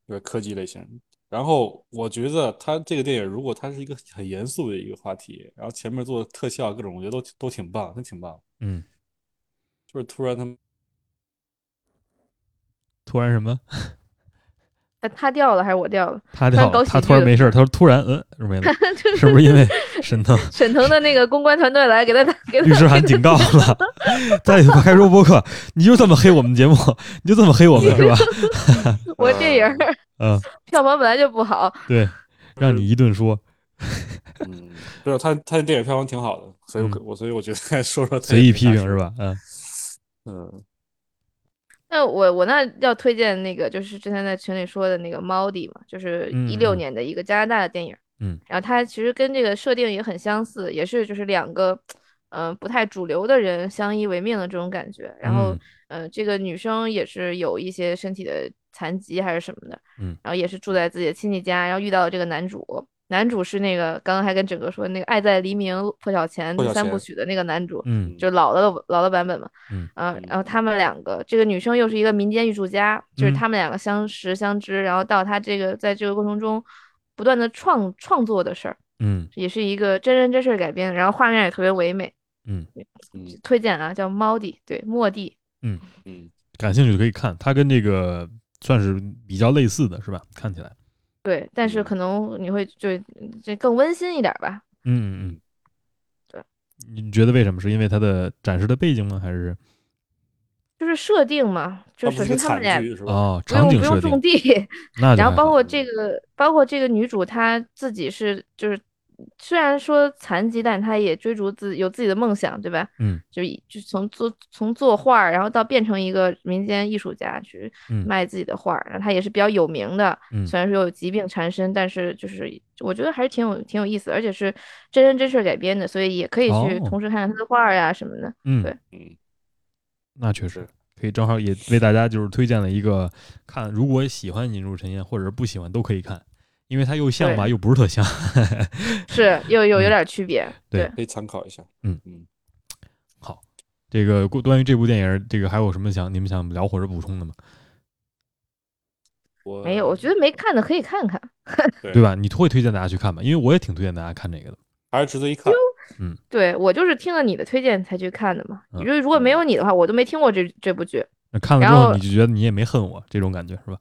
就是科技类型。然后我觉得他这个电影，如果它是一个很严肃的一个话题，然后前面做的特效啊各种，我觉得都都挺棒，真挺棒。嗯，就是突然他们突然什么？哎他掉了还是我掉了？ *laughs* 他掉了，他突然没 *laughs* 事儿，他说突然嗯是没了， *laughs* 就是不是因为沈腾沈腾的那个公关团队来给他打给他律师函警告 *laughs* 了，再不开说播客，你就这么黑我们节目，你就这么黑我们 *laughs* 是吧？我电影儿 *laughs* 嗯，票房本来就不好，对，让你一顿说，嗯，不是他他的电影票房挺好的，所以我嗯可我所以我觉得说说随意批评是？吧？嗯嗯，那我我那要推荐那个，就是之前在群里说的那个《猫迪》嘛，就是嗯一嗯六嗯年的一个加拿大的电影。嗯，然后它其实跟这个设定也很相似，也是就是两个，嗯、不太主流的人相依为命的这种感觉。然后嗯，呃，这个女生也是有一些身体的残疾还是什么的，嗯，然后也是住在自己的亲戚家，然后遇到了这个男主。男主是那个刚刚还跟整个说那个《爱在黎明破晓前》破第晓三部前曲的那个男主，嗯就是老的老的版本嘛。嗯啊，嗯然后他们两个，这个女生又是一个民间艺术家，就是嗯他们两个相识相知，然后到她这个在这个过程中不断的创创作的事儿，嗯也是一个真人真事儿改编，然后画面也特别唯美，嗯嗯推荐啊，叫猫地，对，莫地，嗯，嗯感兴趣的可以看，它跟这个算是比较类似的是吧？看起来，对，但是嗯可能你会就这更温馨一点儿吧，嗯嗯嗯，嗯，你觉得为什么？是因为它的展示的背景吗？还是就是设定嘛，就它哦不首是个先他们惨俩剧是吧？哦，不场用景不设用定种，地，那就然后还包好括这个，包括这个女主她自己是就是虽然说残疾，但他也追逐自有自己的梦想，对吧？嗯，就以就从做从作画，然后到变成一个民间艺术家去嗯卖自己的画，然后他也是比较有名的。嗯虽然说有疾病缠身，但是就是我觉得还是挺有挺有意思的，而且是真人真事儿改编的，所以也可以去哦同时看看他的画呀、什么的。嗯，对嗯，那确实可以，正好也为大家就是推荐了一个看，如果喜欢《引入尘烟》或者是不喜欢都可以看，因为它又像吧，对又不是特像。 *laughs* 是又有有嗯点区别。对对，可以参考一下。嗯嗯，这个关关于这部电影，这个还有什么想你们想聊或者补充的吗？我没有，我觉得没看的可以看看。对对吧？你会推荐大家去看吧，因为我也挺推荐大家看这个的。还是值得一看。对我就是听了你的推荐才去看的嘛。嗯因为如果没有你的话，我都没听过这这部 *laughs* 剧。那看了之然后，后你就觉得你也没恨我这种感觉是吧？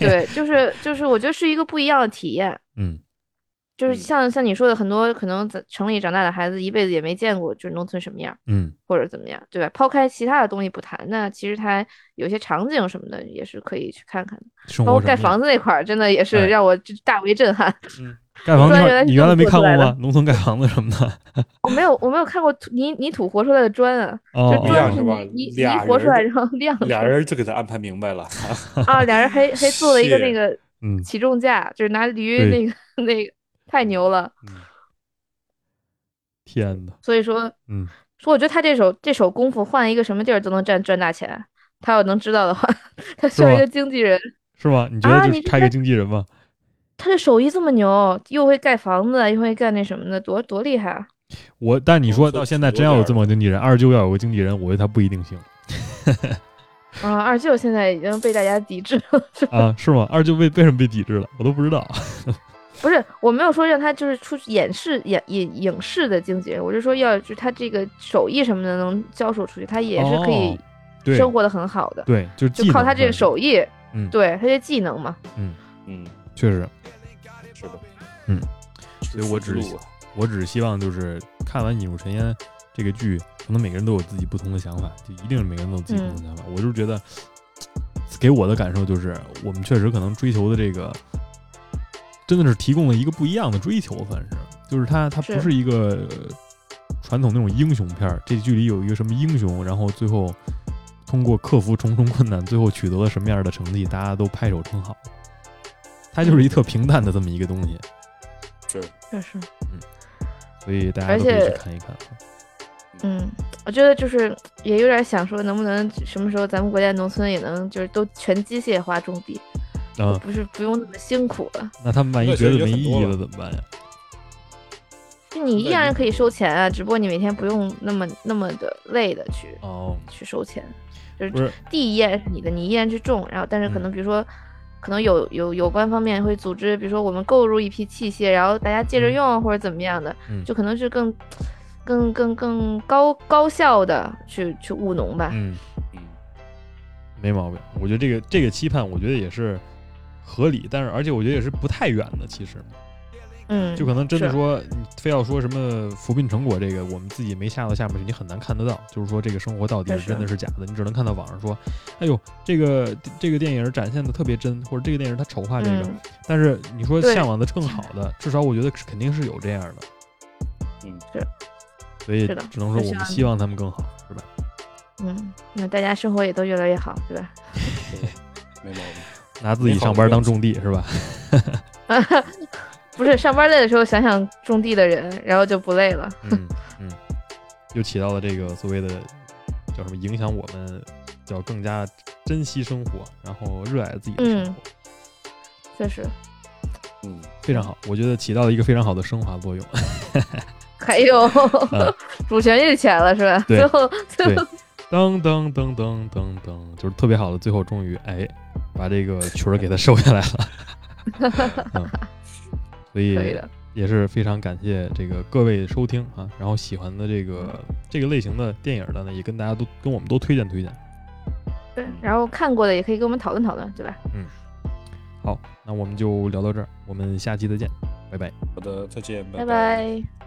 对，就是就是，我觉得是一个不一样的体验。嗯，就是嗯像像你说的，很多可能在城里长大的孩子一辈子也没见过，就是农村什么样嗯，或者怎么样，对吧？抛开其他的东西不谈，那其实它有些场景什么的也是可以去看看的。生包活什括么盖样房子那块儿，真的也哎是让我这大为震撼。盖房子那突然块原儿，来是你这原么来没做看出过来吗？农村盖房子什么的。我没有我没有看过土泥泥土活出来的 *laughs* 砖啊，哦，就哦砖亮是是吧泥泥俩活出人来儿然 *laughs* 后亮出俩来人就给他安排明白了，啊，俩人还还做了一个是那个嗯，起重架，就是拿驴对那个 *laughs* 那个太牛了。嗯天呐，所以说，嗯，说我觉得他这手这手功夫换一个什么地儿都能赚赚大钱。他要能知道的话， *laughs* 他是需要一吗个经纪人。是吗？你觉得啊就你是这开个个经纪人吧？他这手艺这么牛，又会盖房子，又会干那什么的，多多厉害啊！我，但你我说说到现在挺真多要有点儿这么个经纪人，二舅要有个经纪人，我觉得他不一定 *laughs* 行啊，二舅现在已经被大家抵制了， *laughs* 是吧？啊，是吗？二舅为为什么被抵制了？我都不知道。不是，我没有说让他就是出去演示演影影视的经纪人，我是说要就是他这个手艺什么的能教授出去，他也是可以哦对生活的很好的，对，就是技就靠能他这算个是，手艺，嗯对他这技能嘛。嗯，确实，是的，嗯，所所以我只是我只是希望就是看完《引入尘烟》这个剧，可能每个人都有自己不同的想法，就一定是每个人都有自己不同嗯的想法。我就是觉得，给我的感受就是，我们确实可能追求的这个，真的是提供了一个不一样的追求，算是，就是它它是不是一个呃传统那种英雄片儿，这剧里有一个什么英雄，然后最后通过克服重重困难，最后取得了什么样的成绩，大家都拍手称好。它就是一特平淡的这么一个东西，是确实，所以大家都可以而且去看一看。嗯，我觉得就是也有点想说，能不能什么时候咱们国家农村也能就是都全机械化种地，啊、不是不用那么辛苦了。那他们万一那觉得其实也没很意多义了了怎么办呀？就你依那然你可以收钱啊，只不过你每天不用那么那么的累的去哦，去收钱，就是不是，嗯地依然是你的，你依然去种，然后但是可能比如说，可能有有有关方面会组织，比如说我们购入一批器械，然后大家借着嗯用或者怎么样的，嗯就可能是更更更更高高效的去去务农吧。嗯，嗯，没毛病。我觉得这个这个期盼，我觉得也是合理，但是而且我觉得也是不太远的。其实，嗯，就可能真的是说，你非要说什么扶贫成果，这个我们自己没下到下面去，你很难看得到。就是说，这个生活到底确是真实的是假的，你只能看到网上说，哎呦，这个这个电影展现的特别真，或者这个电影它丑化这个。嗯但是你说对向往的更好 *laughs* 的，至少我觉得是肯定是有这样的。嗯是。所以是的只能说就我们像希望他们更好，是吧？嗯，那大家生活也都越来越好，对吧？没毛病。拿自己上班当种地是吧？不是上班累的时候想想种地的人，然后就不累了。嗯嗯，又起到了这个所谓的叫什么影响我们，叫更加珍惜生活，然后热爱自己的生活，嗯确实，嗯，非常好。我觉得起到了一个非常好的升华作用。还有嗯 *laughs* 主旋律起来了是吧？对最后 *laughs* 最对后噔噔噔噔噔噔，就是特别好的，最后终于哎把这个曲儿给它收下来了。嗯，所可以以的。也是非常感谢这个各位收听啊，然后喜欢的这个这个类型的电影的呢，也跟大家都跟我们都推荐推荐。对，然后看过的也可以跟我们讨论讨论，对吧？好，那我们就聊到这儿，我们下期再见，拜拜。好的，再见，拜拜。拜。